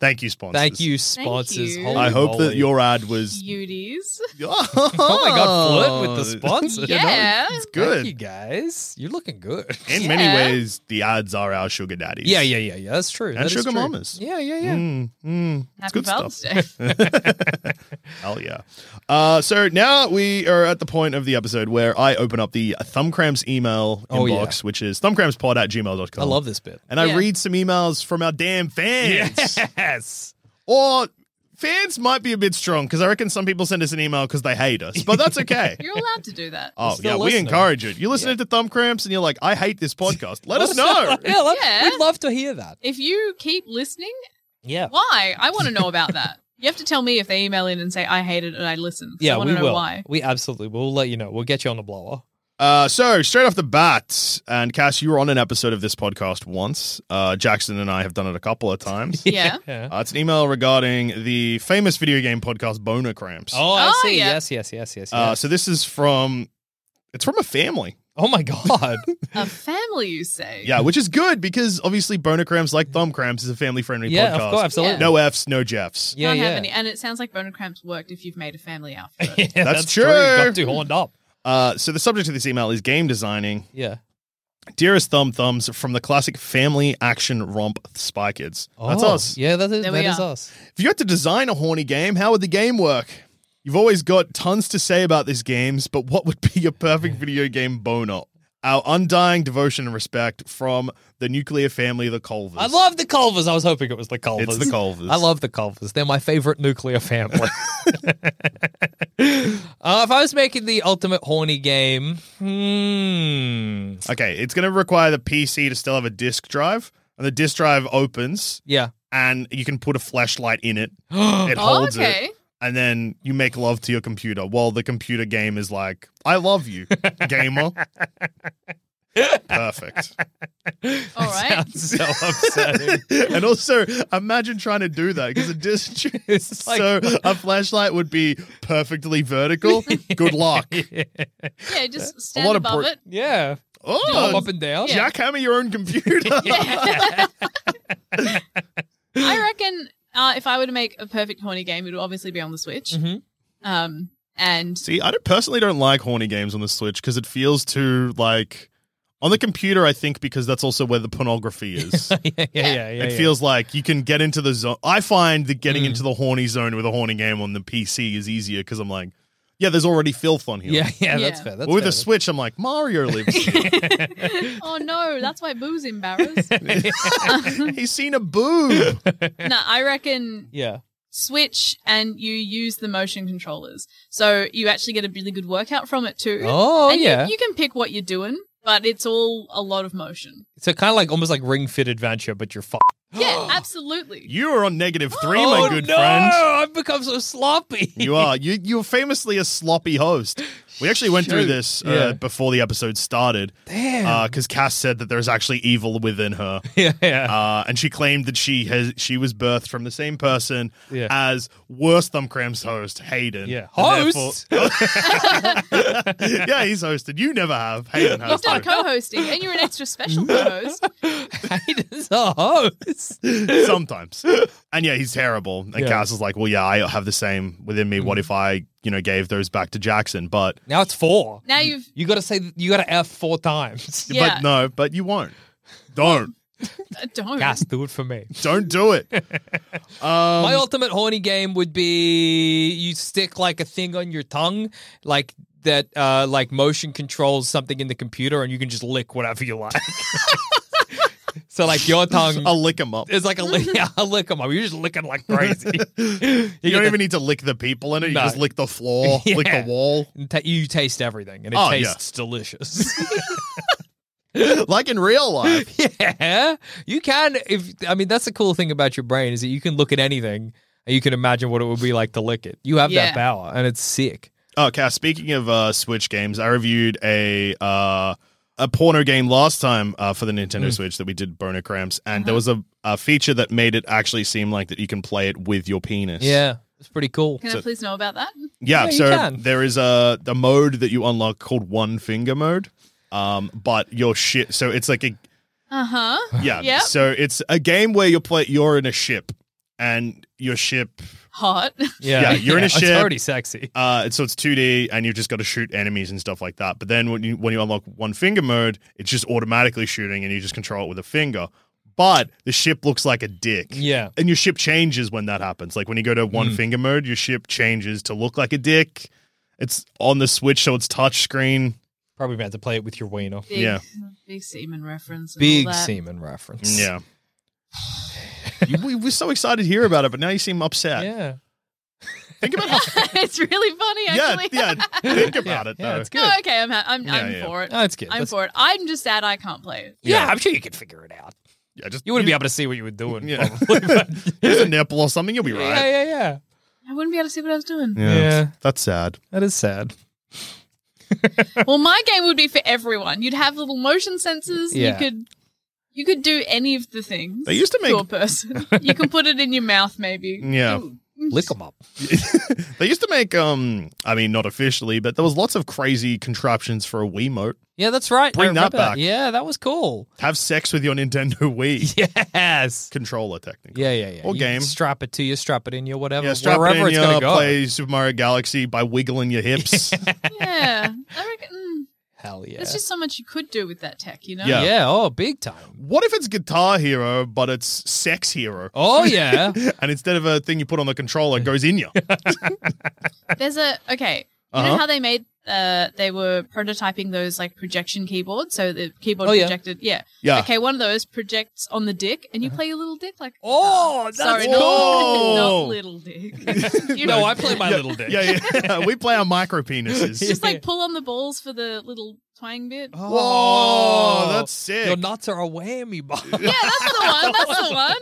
S4: Thank you, sponsors.
S3: Thank you, sponsors.
S6: you.
S3: Holy
S4: I hope that
S3: moly.
S4: your ad
S6: [LAUGHS]
S4: was.
S6: Cuties.
S4: oh
S3: Oh my god, flirt with the sponsors.
S6: Yeah.
S4: It's
S3: Thank you
S4: good.
S3: guys. You're looking good.
S4: In many
S6: Yeah.
S4: ways, the ads are our sugar daddies.
S3: Yeah, yeah, yeah, yeah. That's true.
S4: And
S3: That is
S4: sugar
S3: true.
S4: mamas.
S3: Yeah, yeah, yeah.
S4: Mm, mm. It's
S6: Happy
S4: good
S6: Father's
S4: stuff.
S6: Day.
S4: Hell yeah. Uh, so now we are at the point of the episode where I open up the Thumbcramps email
S3: Oh, yeah.
S4: inbox, which is thumbcrampspod at gmail.com.
S3: I love this bit.
S4: And I
S6: Yeah.
S4: read some emails from our damn fans.
S3: [LAUGHS] Yes.
S4: Or fans might be a bit strong because I reckon some people send us an email because they hate us, but that's okay.
S6: [LAUGHS] You're allowed to do
S4: [LAUGHS]
S6: that.
S4: Oh,
S3: still
S4: yeah, we
S3: listening.
S4: encourage it. You're listening to Thumb Cramps and you're like, I hate this
S6: [LAUGHS]
S4: podcast. Let us know.
S3: yeah, let-
S6: Yeah.
S3: we'd love to hear that.
S6: If you keep listening,
S3: Yeah.
S6: why? I want to know about that. You have to tell me if they email in and say I hate it and I listen.
S3: Yeah,
S6: I want
S3: we
S6: to know
S3: will.
S6: why.
S3: We absolutely will. We'll let you know. We'll get you on the blower. [LAUGHS]
S4: Uh, so straight off the bat, and Cass, you were on an episode of this podcast once. Uh, Jackson and I have done it a couple of times.
S6: Yeah.
S3: [LAUGHS] Yeah.
S4: Uh, it's an email regarding the famous video game podcast Boner Cramps.
S3: Oh, I
S6: Oh,
S3: see.
S6: yeah.
S3: Yes, yes, yes, yes.
S4: Uh,
S3: yes.
S4: so this is from. It's from a family,
S3: oh my [LAUGHS] god.
S6: A family, you say?
S4: yeah, which is good because obviously Boner Cramps, like Thumb Cramps, is a family-friendly
S3: yeah,
S4: podcast.
S3: of course, absolutely.
S6: Yeah.
S4: No Fs, no Jeffs.
S3: yeah,
S6: Can't
S3: yeah.
S6: have [LAUGHS] any. And it sounds like boner cramps worked if you've made a
S3: [LAUGHS]
S6: family outfit.
S3: Yeah,
S4: That's
S3: You
S4: true.
S3: Got too horned up.
S4: Uh, so the subject of this email is game designing.
S3: Yeah.
S4: Dearest Thumb Thumbs from the classic family action romp Spy Kids. That's
S3: Oh,
S4: us.
S3: Yeah, that is,
S6: There we
S3: that is
S6: are.
S3: us.
S4: If you had to design a horny game, how would the game work? You've always got tons to say about these games, but what would be your
S3: Mm.
S4: perfect video game boner? Our undying devotion and respect from the nuclear family, the Culvers.
S3: I love the Culvers. I was hoping it was the Culvers.
S4: It's the Culvers.
S3: I love the Culvers. They're my favorite nuclear family. [LAUGHS] uh, if I was making the ultimate horny game, hmm.
S4: Okay, it's going to require the PC to still have a disk drive, and the disk drive opens,
S3: Yeah. [GASPS]
S4: and you can put a flashlight in it. it
S6: Oh,
S4: holds
S6: okay.
S4: it, and then you make love to your computer while the computer game is like, "I love
S3: [LAUGHS]
S4: you, gamer." Perfect.
S6: All
S3: [LAUGHS]
S6: right.
S3: Sounds so upsetting.
S4: and also imagine trying to do that because a disc [LAUGHS]
S3: It's [LAUGHS] like-
S4: so a flashlight would be perfectly vertical good luck
S3: [LAUGHS]
S6: Yeah, just stand
S4: lot of
S6: above
S4: por-
S6: it.
S3: yeah. Come
S4: oh
S3: up and down.
S6: Yeah.
S4: jackhammer your
S3: [LAUGHS]
S4: own computer
S6: I reckon uh, if I were to make a perfect horny game, it would obviously be on the Switch.
S3: Mhm.
S6: Um,
S4: [LAUGHS]
S6: and [LAUGHS]
S4: see i don't, personally don't like horny games on the switch because it feels too like on the computer i think because that's also where
S3: [LAUGHS]
S4: the pornography is
S3: yeah, [LAUGHS] yeah, yeah, yeah.
S4: it
S3: yeah.
S4: feels like you can get into the zone. I find that getting
S3: Mm.
S4: into the horny zone with a horny game on the PC is easier because I'm like, yeah, there's already filth on here.
S3: Yeah, yeah, that's
S6: Yeah.
S3: fair. That's
S4: But with
S3: fair.
S4: a Switch, I'm like, Mario lives here.
S6: oh no, that's why Boo's embarrassed.
S3: [LAUGHS]
S4: He's seen a boob.
S6: no, I reckon
S3: Yeah.
S6: Switch and you use the motion controllers, so you actually get a really good workout from it too.
S3: Oh,
S6: and you-
S3: yeah.
S6: you, can pick what you're doing, but it's all a lot of
S4: [GASPS]
S6: motion.
S3: So kind of like almost like Ring Fit Adventure, but you're fucked.
S6: Yeah, absolutely.
S4: You are on negative three,
S3: oh,
S4: my good
S3: no! [LAUGHS]
S4: friend.
S3: I've become so sloppy.
S4: You are. You you're famously a sloppy host. We actually went through
S3: Shoot.
S4: this uh,
S3: Yeah.
S4: before the episode started.
S3: [LAUGHS] Damn.
S4: Because Cass said that there's actually evil within her.
S3: [LAUGHS] yeah, yeah.
S4: Uh, and she claimed that she has she was birthed from the same person
S3: Yeah.
S4: as worst thumb cramps host Hayden.
S3: Yeah.
S4: And
S3: Host? [LAUGHS]
S4: therefore- [LAUGHS] yeah, he's hosted. You
S3: [LAUGHS]
S4: never have. Hayden
S6: You've
S4: has.
S6: done
S4: though.
S6: co-hosting, and you're an extra special
S4: [LAUGHS]
S6: co-host.
S3: [LAUGHS] Hayden's a host.
S4: Sometimes. And yeah, he's terrible. And
S3: Yeah. Mm.
S4: Cass is like, well, yeah, I have the same within me. What if I, you know, gave those back to Jackson? But
S3: Now it's four.
S6: Now you've
S3: You got to say you got to f four [LAUGHS] times.
S6: Yeah.
S4: but no, but you won't. Don't.
S6: uh, don't.
S3: Gas, do it for me.
S4: Don't
S3: [LAUGHS]
S4: do it. Um,
S3: My ultimate horny game would be you stick like a thing on your tongue, like that, uh, like motion controls something in the computer, and you can just lick whatever you like. [LAUGHS] So like [LAUGHS] your tongue
S4: I'll lick them up.
S3: is like a
S4: [LAUGHS]
S3: lick. Yeah, I lick them up. You're just licking like crazy.
S4: you
S3: get
S4: don't
S3: the-
S4: even need to lick the people in it. You
S3: No.
S4: just lick
S3: [LAUGHS]
S4: the floor,
S3: Yeah.
S4: lick the wall.
S3: And ta- you taste everything, and it
S4: Oh, yeah.
S3: tastes delicious. [LAUGHS]
S4: Like in real life.
S3: yeah, you can. If I mean, that's the cool thing about your brain is that you can look at anything and you can imagine what it would be like to lick it. You have that
S6: Yeah.
S3: power, and it's sick.
S4: Oh, Cass, speaking of uh, Switch games, I reviewed a uh, a porno game last time uh, for the
S3: Hmm.
S4: Nintendo Switch that we did Boner Cramps, and
S3: Uh-huh.
S4: there was a, a feature that made it actually seem like that you can play it with your penis.
S3: Yeah, it's pretty cool.
S6: Can I please know about that?
S4: Yeah,
S3: Yeah, you
S4: so
S3: can.
S4: there is a, a mode that you unlock called one finger mode. Um, but your shit so it's like a
S6: Uh huh.
S4: yeah.
S6: Yep.
S4: So it's a game where you play you're in a ship and your ship [LAUGHS]
S6: Hot.
S3: Yeah,
S4: Yeah, you're in
S3: [LAUGHS]
S4: a
S3: It's
S4: ship.
S3: already sexy.
S4: Uh, so it's 2D, and you've just got to shoot enemies and stuff like that. But then when you when you unlock one finger mode, it's just automatically shooting, and you just control it with a finger. But the ship looks like a dick.
S3: Yeah. Hmm.
S4: And your ship changes when that happens. Like when you go to one finger mode, your ship changes to look like a dick. It's on the Switch, so it's touch screen.
S3: Probably about to play it with your wiener.
S6: Big,
S4: Yeah.
S6: Big semen reference. and all
S3: Big
S6: that.
S3: semen reference.
S4: Yeah. You- we were so excited to hear about it, but now you seem upset.
S3: yeah,
S6: [LAUGHS]
S4: Think about how.
S6: it's really funny,
S4: yeah,
S6: actually.
S4: yeah. Think about
S3: yeah,
S4: it, though.
S3: yeah, it's good.
S6: No, [LAUGHS] okay, I'm ha- I'm,
S4: Yeah,
S6: I'm
S4: yeah.
S6: for it.
S3: No, it's good.
S6: I'm
S3: That's-
S6: for it. I'm just sad I can't play it.
S3: yeah, I'm sure you could figure it out.
S4: yeah, just
S3: You wouldn't be able to see what you were doing.
S4: Yeah.
S3: Probably,
S4: [LAUGHS]
S3: but-
S4: Use a nipple or something, you'll be
S3: Yeah,
S4: right.
S3: yeah, yeah.
S6: I wouldn't be able to see what I was doing.
S3: Yeah.
S4: That's sad.
S3: That is sad.
S6: well, my game would be for everyone. You'd have little motion sensors. and
S3: Yeah.
S6: You could you could do any of the things.
S4: They used to
S6: to
S4: make-
S6: a
S4: [LAUGHS]
S6: person. you can put it in your mouth, maybe.
S4: Yeah.
S3: Lick them up.
S4: They used to make, um, I mean, not officially, but there was lots of crazy contraptions for a Wiimote.
S3: Yeah, that's right. I
S4: Bring that
S3: remember
S4: back.
S3: Yeah, that was cool.
S4: Have sex with your Nintendo [LAUGHS] Wii
S3: Yes.
S4: controller, technically.
S3: Yeah, yeah, yeah.
S4: Or
S3: You
S4: game.
S3: Strap it to you, strap it in you, whatever.
S4: Yeah, strap it
S3: wherever
S4: in
S3: it's
S4: your
S3: going to go.
S4: play Super Mario Galaxy by wiggling
S3: [LAUGHS]
S4: your hips.
S6: Yeah. I reckon mm,
S3: Hell yeah.
S6: there's just so much you could do with that tech, you know?
S4: Yeah.
S3: yeah. oh, big time.
S4: what if it's Guitar Hero, but it's Sex Hero?
S3: Oh,
S4: [LAUGHS]
S3: yeah.
S4: And instead of a thing you put on the controller, it goes in
S3: [LAUGHS]
S4: you.
S6: There's a okay. You
S4: Uh-huh.
S6: know how they made uh they were prototyping those like projection keyboards, so the keyboard
S3: Oh, yeah.
S6: projected. Yeah.
S4: Yeah.
S6: Okay, one of those projects on the dick, and you
S3: Uh-huh.
S6: play your little dick like.
S3: oh, that's
S6: sorry, not,
S4: cool.
S6: not [LAUGHS] little
S4: [LAUGHS]
S6: dick. [LAUGHS] You
S3: No,
S6: know,
S3: I play my
S4: yeah,
S3: little dick.
S4: Yeah, yeah. [LAUGHS] we play our micro
S3: [LAUGHS]
S4: penises.
S6: just like pull on the balls for the little twang bit.
S3: Oh,
S4: Whoa, Oh, that's sick.
S3: Your nuts are a whammy,
S4: [LAUGHS]
S3: Bob.
S6: Yeah, that's the one. That's the one.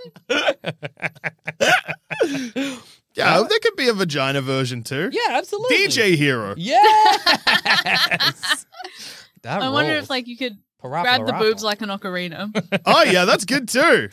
S4: yeah, there could be a vagina version too.
S3: Uh, yeah, absolutely.
S4: DJ Hero. [LAUGHS]
S3: Yes. that
S6: I wonder
S3: rules.
S6: if like you could
S3: Parappa
S6: grab the
S3: Rappa.
S6: boobs like an ocarina.
S4: [LAUGHS] Oh, yeah, that's
S3: [LAUGHS]
S4: good too.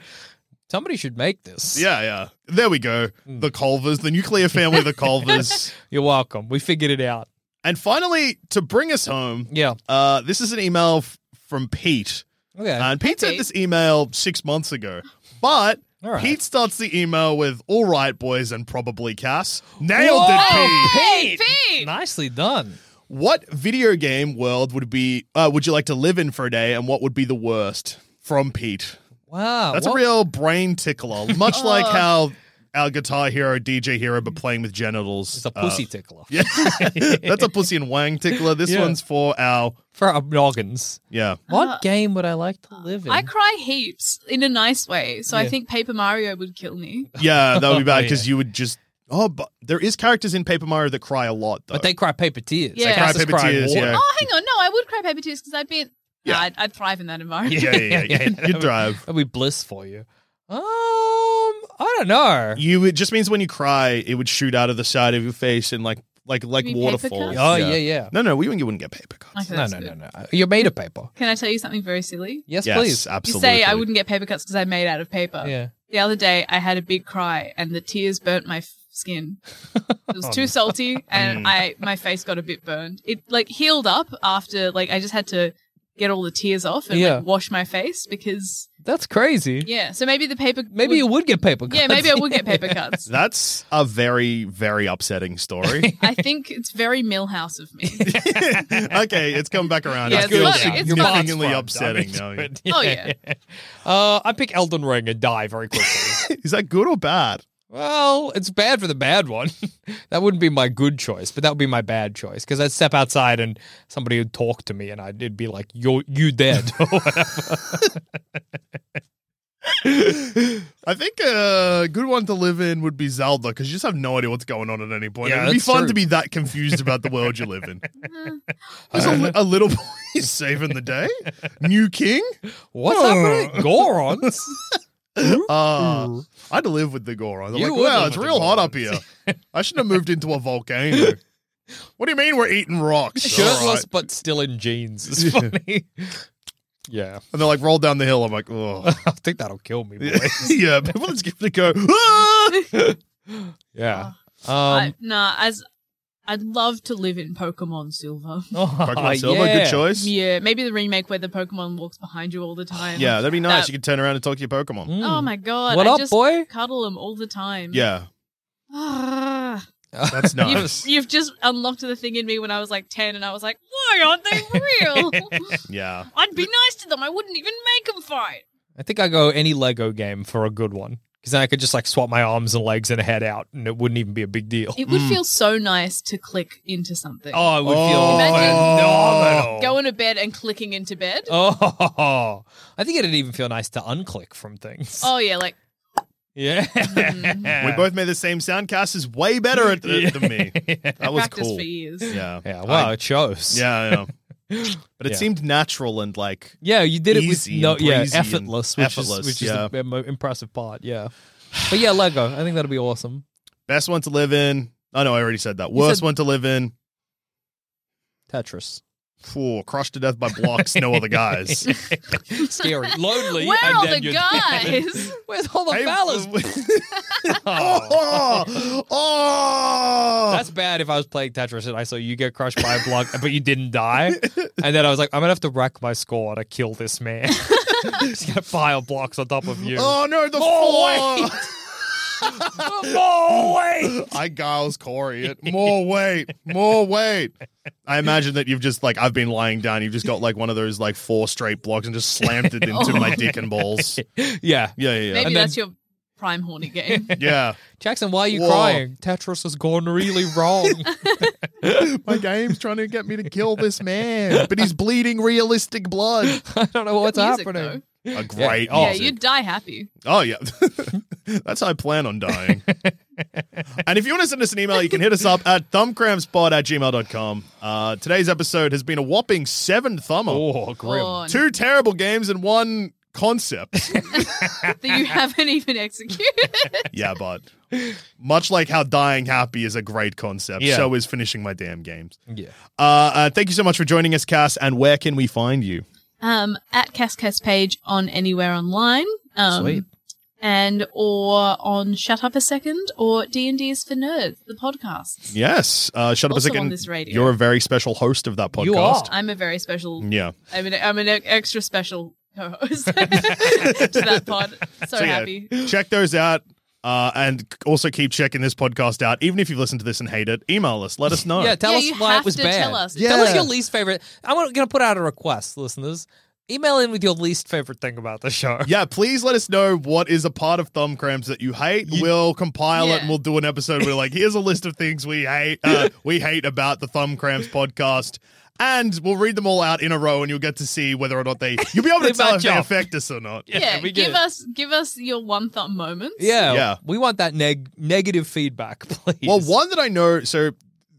S3: Somebody should make this.
S4: Yeah, yeah. There we go.
S3: Hmm.
S4: The Culvers, the nuclear family, the
S3: [LAUGHS]
S4: Culvers.
S3: You're welcome. We figured it out.
S4: and finally, to bring us home,
S3: Yeah.
S4: uh, this is an email f- from Pete.
S3: Okay.
S4: And Pete sent
S6: Pete.
S4: this email six months ago. But
S3: All right.
S4: Pete starts the email with, all right, boys, and probably Cass. Nailed it, Pete.
S6: Oh, Hey, Pete!
S3: Nicely done.
S4: What video game world would be uh, would you like to live in for a day, and what would be the worst? From Pete.
S3: Wow.
S4: That's
S3: Uh, what- Uh.
S4: a real brain tickler,
S3: [LAUGHS]
S4: much like how our guitar hero, DJ hero, but playing with genitals.
S3: It's a
S4: uh,
S3: pussy tickler.
S4: Yeah. That's a pussy and wang tickler. This
S3: Yeah.
S4: one's for our
S3: For our noggins.
S4: yeah.
S3: What game would I like to live in?
S6: Uh, I cry heaps in a nice way, so
S3: Yeah.
S6: I think Paper Mario would kill me.
S4: Yeah, that would be bad
S3: [LAUGHS] Oh,
S4: because you would just Oh, but there is characters in Paper Mario that cry a lot though.
S3: but they cry paper tears.
S6: Yeah. They cry
S3: Cass is
S4: paper
S3: crying
S4: tears,
S3: water.
S4: yeah.
S6: Oh, hang on, no, I would cry paper tears because I'd be.
S4: Yeah.
S6: Nah, I'd, I'd thrive in that environment.
S4: yeah, yeah,
S3: [LAUGHS]
S4: yeah.
S3: Yeah, yeah.
S4: You- you drive.
S3: That'd be bliss for you. Um, I don't know.
S4: You it just means when you cry, it would shoot out of the side of your face and like like like
S6: mean paper
S4: waterfalls.
S6: cuts?
S3: Oh yeah, yeah.
S4: No, no, we wouldn't, you wouldn't get paper cuts.
S6: Okay,
S3: No,
S6: that's
S3: no, no,
S6: good.
S3: no. You're made of paper.
S6: Can I tell you something very silly?
S3: Yes,
S4: yes,
S3: please.
S4: absolutely.
S6: You say I wouldn't get paper cuts because I'm made out of paper.
S3: Yeah.
S6: The other day, I had a big cry and the tears burnt my f-
S3: [LAUGHS]
S6: skin. It
S3: Oh,
S6: was too salty, and
S4: Mm.
S6: I my face got a bit burned. It like healed up after like I just had to get all the tears off and
S3: Yeah.
S6: like, wash my face because
S3: That's crazy.
S6: yeah. So maybe the paper
S3: Maybe you would get paper cuts. [LAUGHS]
S6: yeah maybe I would get paper cuts.
S4: That's a very, very upsetting
S3: [LAUGHS]
S4: story.
S6: I think it's very Millhouse of me.
S4: [LAUGHS] okay, it's come back around.
S6: Yeah,
S4: it's
S6: it's
S4: good.
S6: fun, it's fun.
S4: significantly
S3: Your bot's fun. I mean,
S4: upsetting
S3: it's
S4: now.
S3: good.
S6: Oh, yeah.
S3: [LAUGHS] Uh, I pick Elden Ring and die very quickly.
S4: [LAUGHS] Is that good or bad?
S3: well, it's bad for the bad one. [LAUGHS] that wouldn't be my good choice, but that would be my bad choice because I'd step outside and somebody would talk to me, and I'd it'd be like, "You, you dead."
S4: I think a good one to live in would be Zelda because you just have no idea what's going on at any point.
S3: Yeah,
S4: It'd be
S3: that's
S4: fun
S3: true.
S4: to be that confused about the world you
S6: [LAUGHS]
S4: live in. There's a, li- a
S3: [LAUGHS]
S4: little boy saving the day. New king.
S3: [LAUGHS]
S4: [LAUGHS]
S3: What's happening? Gorons?
S4: Uh, I'd live with the Goron. They're
S3: You
S4: like,
S3: would
S4: wow,
S3: live
S4: it's
S3: with the
S4: real hot up here.
S3: Gorons."
S4: I shouldn't have moved into
S3: [LAUGHS]
S4: a volcano. what do you mean we're eating
S3: [LAUGHS]
S4: rocks?
S3: Shirtless
S4: All right.
S3: but still in jeans. It's funny. [LAUGHS] yeah. [LAUGHS]
S4: And they're like, roll down the hill. I'm like, oh.
S3: I think that'll kill me,
S4: [LAUGHS]
S3: boy.
S4: yeah, people just give it
S3: [LAUGHS]
S4: a go. "Ah!"
S3: Yeah. Um,
S6: I, nah, as I'd love to live in Pokemon Silver.
S3: [LAUGHS] oh,
S4: Pokemon Silver,
S3: yeah.
S4: good choice.
S6: Yeah, maybe the remake where the Pokemon walks behind you all the time.
S4: Yeah, that'd be nice.
S6: That-
S4: you could turn around and talk to your Pokemon.
S3: Mm.
S6: Oh my god.
S3: What
S6: I
S3: up,
S6: just
S3: boy?
S6: Cuddle them all the time.
S4: Yeah,
S6: Ah. You've,
S4: that's nice.
S6: you've just unlocked the thing in me when I was like 10, and I was like, why aren't they
S3: [LAUGHS]
S6: real?
S4: yeah.
S6: I'd be nice to them. I wouldn't even make them fight.
S3: I think I go any Lego game for a good one because then I could just like swap my arms and legs and head out, and it wouldn't even be a big deal.
S6: It would feel so nice to click into
S3: [LAUGHS]
S6: something.
S3: Hmm. Oh, I would
S4: Oh.
S3: feel phenomenal.
S6: Going to bed and clicking into bed. Oh,
S3: [LAUGHS] Oh, I think it'd even feel nice to unclick from things.
S6: Oh, yeah, like,
S3: [LAUGHS] yeah.
S4: We both made the same sound. Cass is way better at
S3: [LAUGHS]
S4: th- than me. That was
S6: practice
S4: cool.
S6: for years.
S4: Yeah.
S3: Yeah. Wow.
S4: I-
S3: it shows.
S4: yeah, yeah. But it
S3: Yeah.
S4: seemed natural and like
S3: Yeah, you did it with
S4: Easy
S3: no,
S4: and
S3: yeah,
S4: breezy and
S3: effortless, which is
S4: effortless,
S3: which
S4: yeah.
S3: is the mo- impressive part. Yeah, but yeah, Lego. I think that'd be awesome.
S4: best one to live in. Oh no, I already said that.
S3: You
S4: Worst
S3: said-
S4: one to live in.
S6: [LAUGHS]
S3: Tetris.
S4: Phew, crushed to death by blocks, no
S3: [LAUGHS]
S4: other guys.
S6: [LAUGHS]
S3: Scary, lonely.
S6: Where
S3: and
S6: are
S3: then
S6: the
S3: you're- [LAUGHS]
S6: guys?
S3: Where's all the
S4: Hey,
S3: fellas? [LAUGHS] Oh,
S4: [LAUGHS]
S3: [LAUGHS]
S4: oh, oh,
S3: That's bad. If I was playing Tetris and I saw you get crushed by a block, but you didn't
S4: [LAUGHS]
S3: die, and then I was like, I'm gonna have to rack my score to kill this man.
S4: [LAUGHS]
S3: Just gonna file blocks on top of you.
S4: oh no, the
S3: Oh,
S4: floor.
S3: Oh, wait.
S4: I Giles Corey it. More weight. More weight. I imagine that you've just like I've been lying down. You've just got like one of those like four straight blocks and just slammed [LAUGHS] it into Oh my dick and balls.
S3: [LAUGHS] Yeah,
S4: Yeah, yeah, yeah.
S6: Maybe
S3: And
S6: that's your prime horny [LAUGHS] game.
S4: yeah.
S3: Jackson, why are you
S4: Whoa.
S3: crying? Tetris has gone really
S4: [LAUGHS]
S3: wrong.
S4: [LAUGHS]
S3: [LAUGHS]
S4: My game's trying to get me to kill this man, but he's bleeding realistic blood. Oh,
S3: I don't know what's
S6: music,
S3: happening.
S4: A great.
S3: Yeah,
S6: yeah,
S4: music.
S6: you'd
S3: [LAUGHS]
S6: die happy.
S4: Oh yeah. [LAUGHS] That's how I plan on dying. and if you want to send us an email, you can hit us up at thumbcrampspod at gmail.com. Uh, today's episode has been a whopping seven thumber.
S3: Oh, grim.
S6: Or
S4: Two terrible games and one
S6: [LAUGHS]
S4: concept.
S6: that you haven't even executed.
S4: yeah, but much like how dying happy is a great concept,
S3: Yeah.
S4: so is finishing my damn games.
S3: Yeah.
S4: Uh, uh, thank you so much for joining us, Cass. And where can we find you?
S6: um, at Cascast page on anywhere online. Um,
S3: Sweet.
S6: And or on Shut Up a Second or D and D is for Nerds, the podcast.
S4: Yes. Uh, shut up a
S6: Also
S4: second.
S6: on this radio.
S4: You're a very special host of that podcast.
S3: You are.
S6: I'm a very special.
S4: Yeah.
S6: I'm an I'm an e- extra special co-host [LAUGHS] to that pod. So,
S4: So, yeah,
S6: happy. [LAUGHS]
S4: check those out. Uh, and c- also keep checking this podcast out. Even if you've listened to this and hate it, email us. Let us know.
S3: Yeah, tell
S6: Yeah,
S3: us
S6: you
S3: why
S6: have
S3: it was
S6: to
S3: bad.
S6: tell us.
S3: Tell us
S4: Yeah.
S3: your least favorite. I'm going to put out a request, listeners. Email in with your least favorite thing about the show.
S4: Yeah, please let us know what is a part of thumb cramps that you hate. we'll compile it
S6: Yeah.
S4: and we'll do an episode where like here's a list of things we hate uh, we hate about the thumb cramps podcast. And we'll read them all out in a row and you'll get to see whether or not they you'll be able
S3: They
S4: to tell if
S3: match
S4: they
S3: up.
S4: affect us or not.
S6: Yeah,
S3: we
S6: give
S3: get it.
S6: us give us your one thumb moments.
S3: Yeah,
S4: Yeah.
S3: we want that neg- negative feedback, [LAUGHS] please.
S4: Well, one that I know, so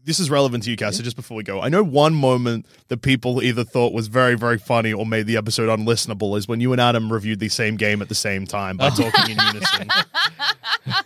S4: this is relevant to you, Cass. So just before we go, I know one moment that people either thought was very, very funny or made the episode unlistenable is when you and Adam reviewed the same game at the same
S3: [LAUGHS]
S4: time by talking in unison.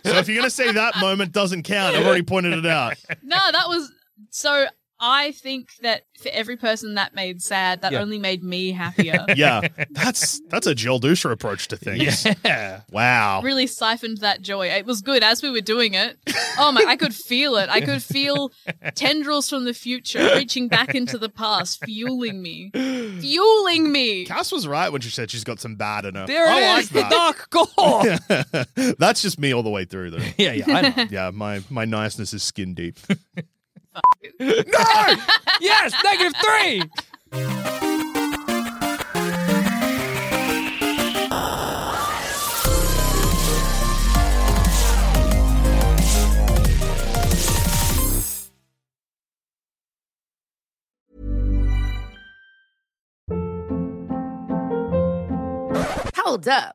S4: so if you're going to say that moment doesn't count, I've already pointed it out.
S6: No, that was so. I think that for every person that made sad, that
S3: Yeah.
S6: only made me happier.
S4: Yeah, that's that's a Jill Dusher approach to things.
S3: Yeah.
S4: Wow.
S6: really siphoned that joy. It was good as we were doing it. Oh my, I could feel it. I could feel tendrils from the future reaching back into the past, fueling me. Fueling me.
S4: Cass was right when she said she's got some bad in her.
S3: There
S4: I
S3: it
S4: like
S3: is, the [LAUGHS] dark gore. Yeah,
S4: that. that's just me all the way through, though.
S3: [LAUGHS] yeah, I know.
S4: Yeah, my my niceness is skin deep.
S3: no! Yes, negative three!
S7: Hold up.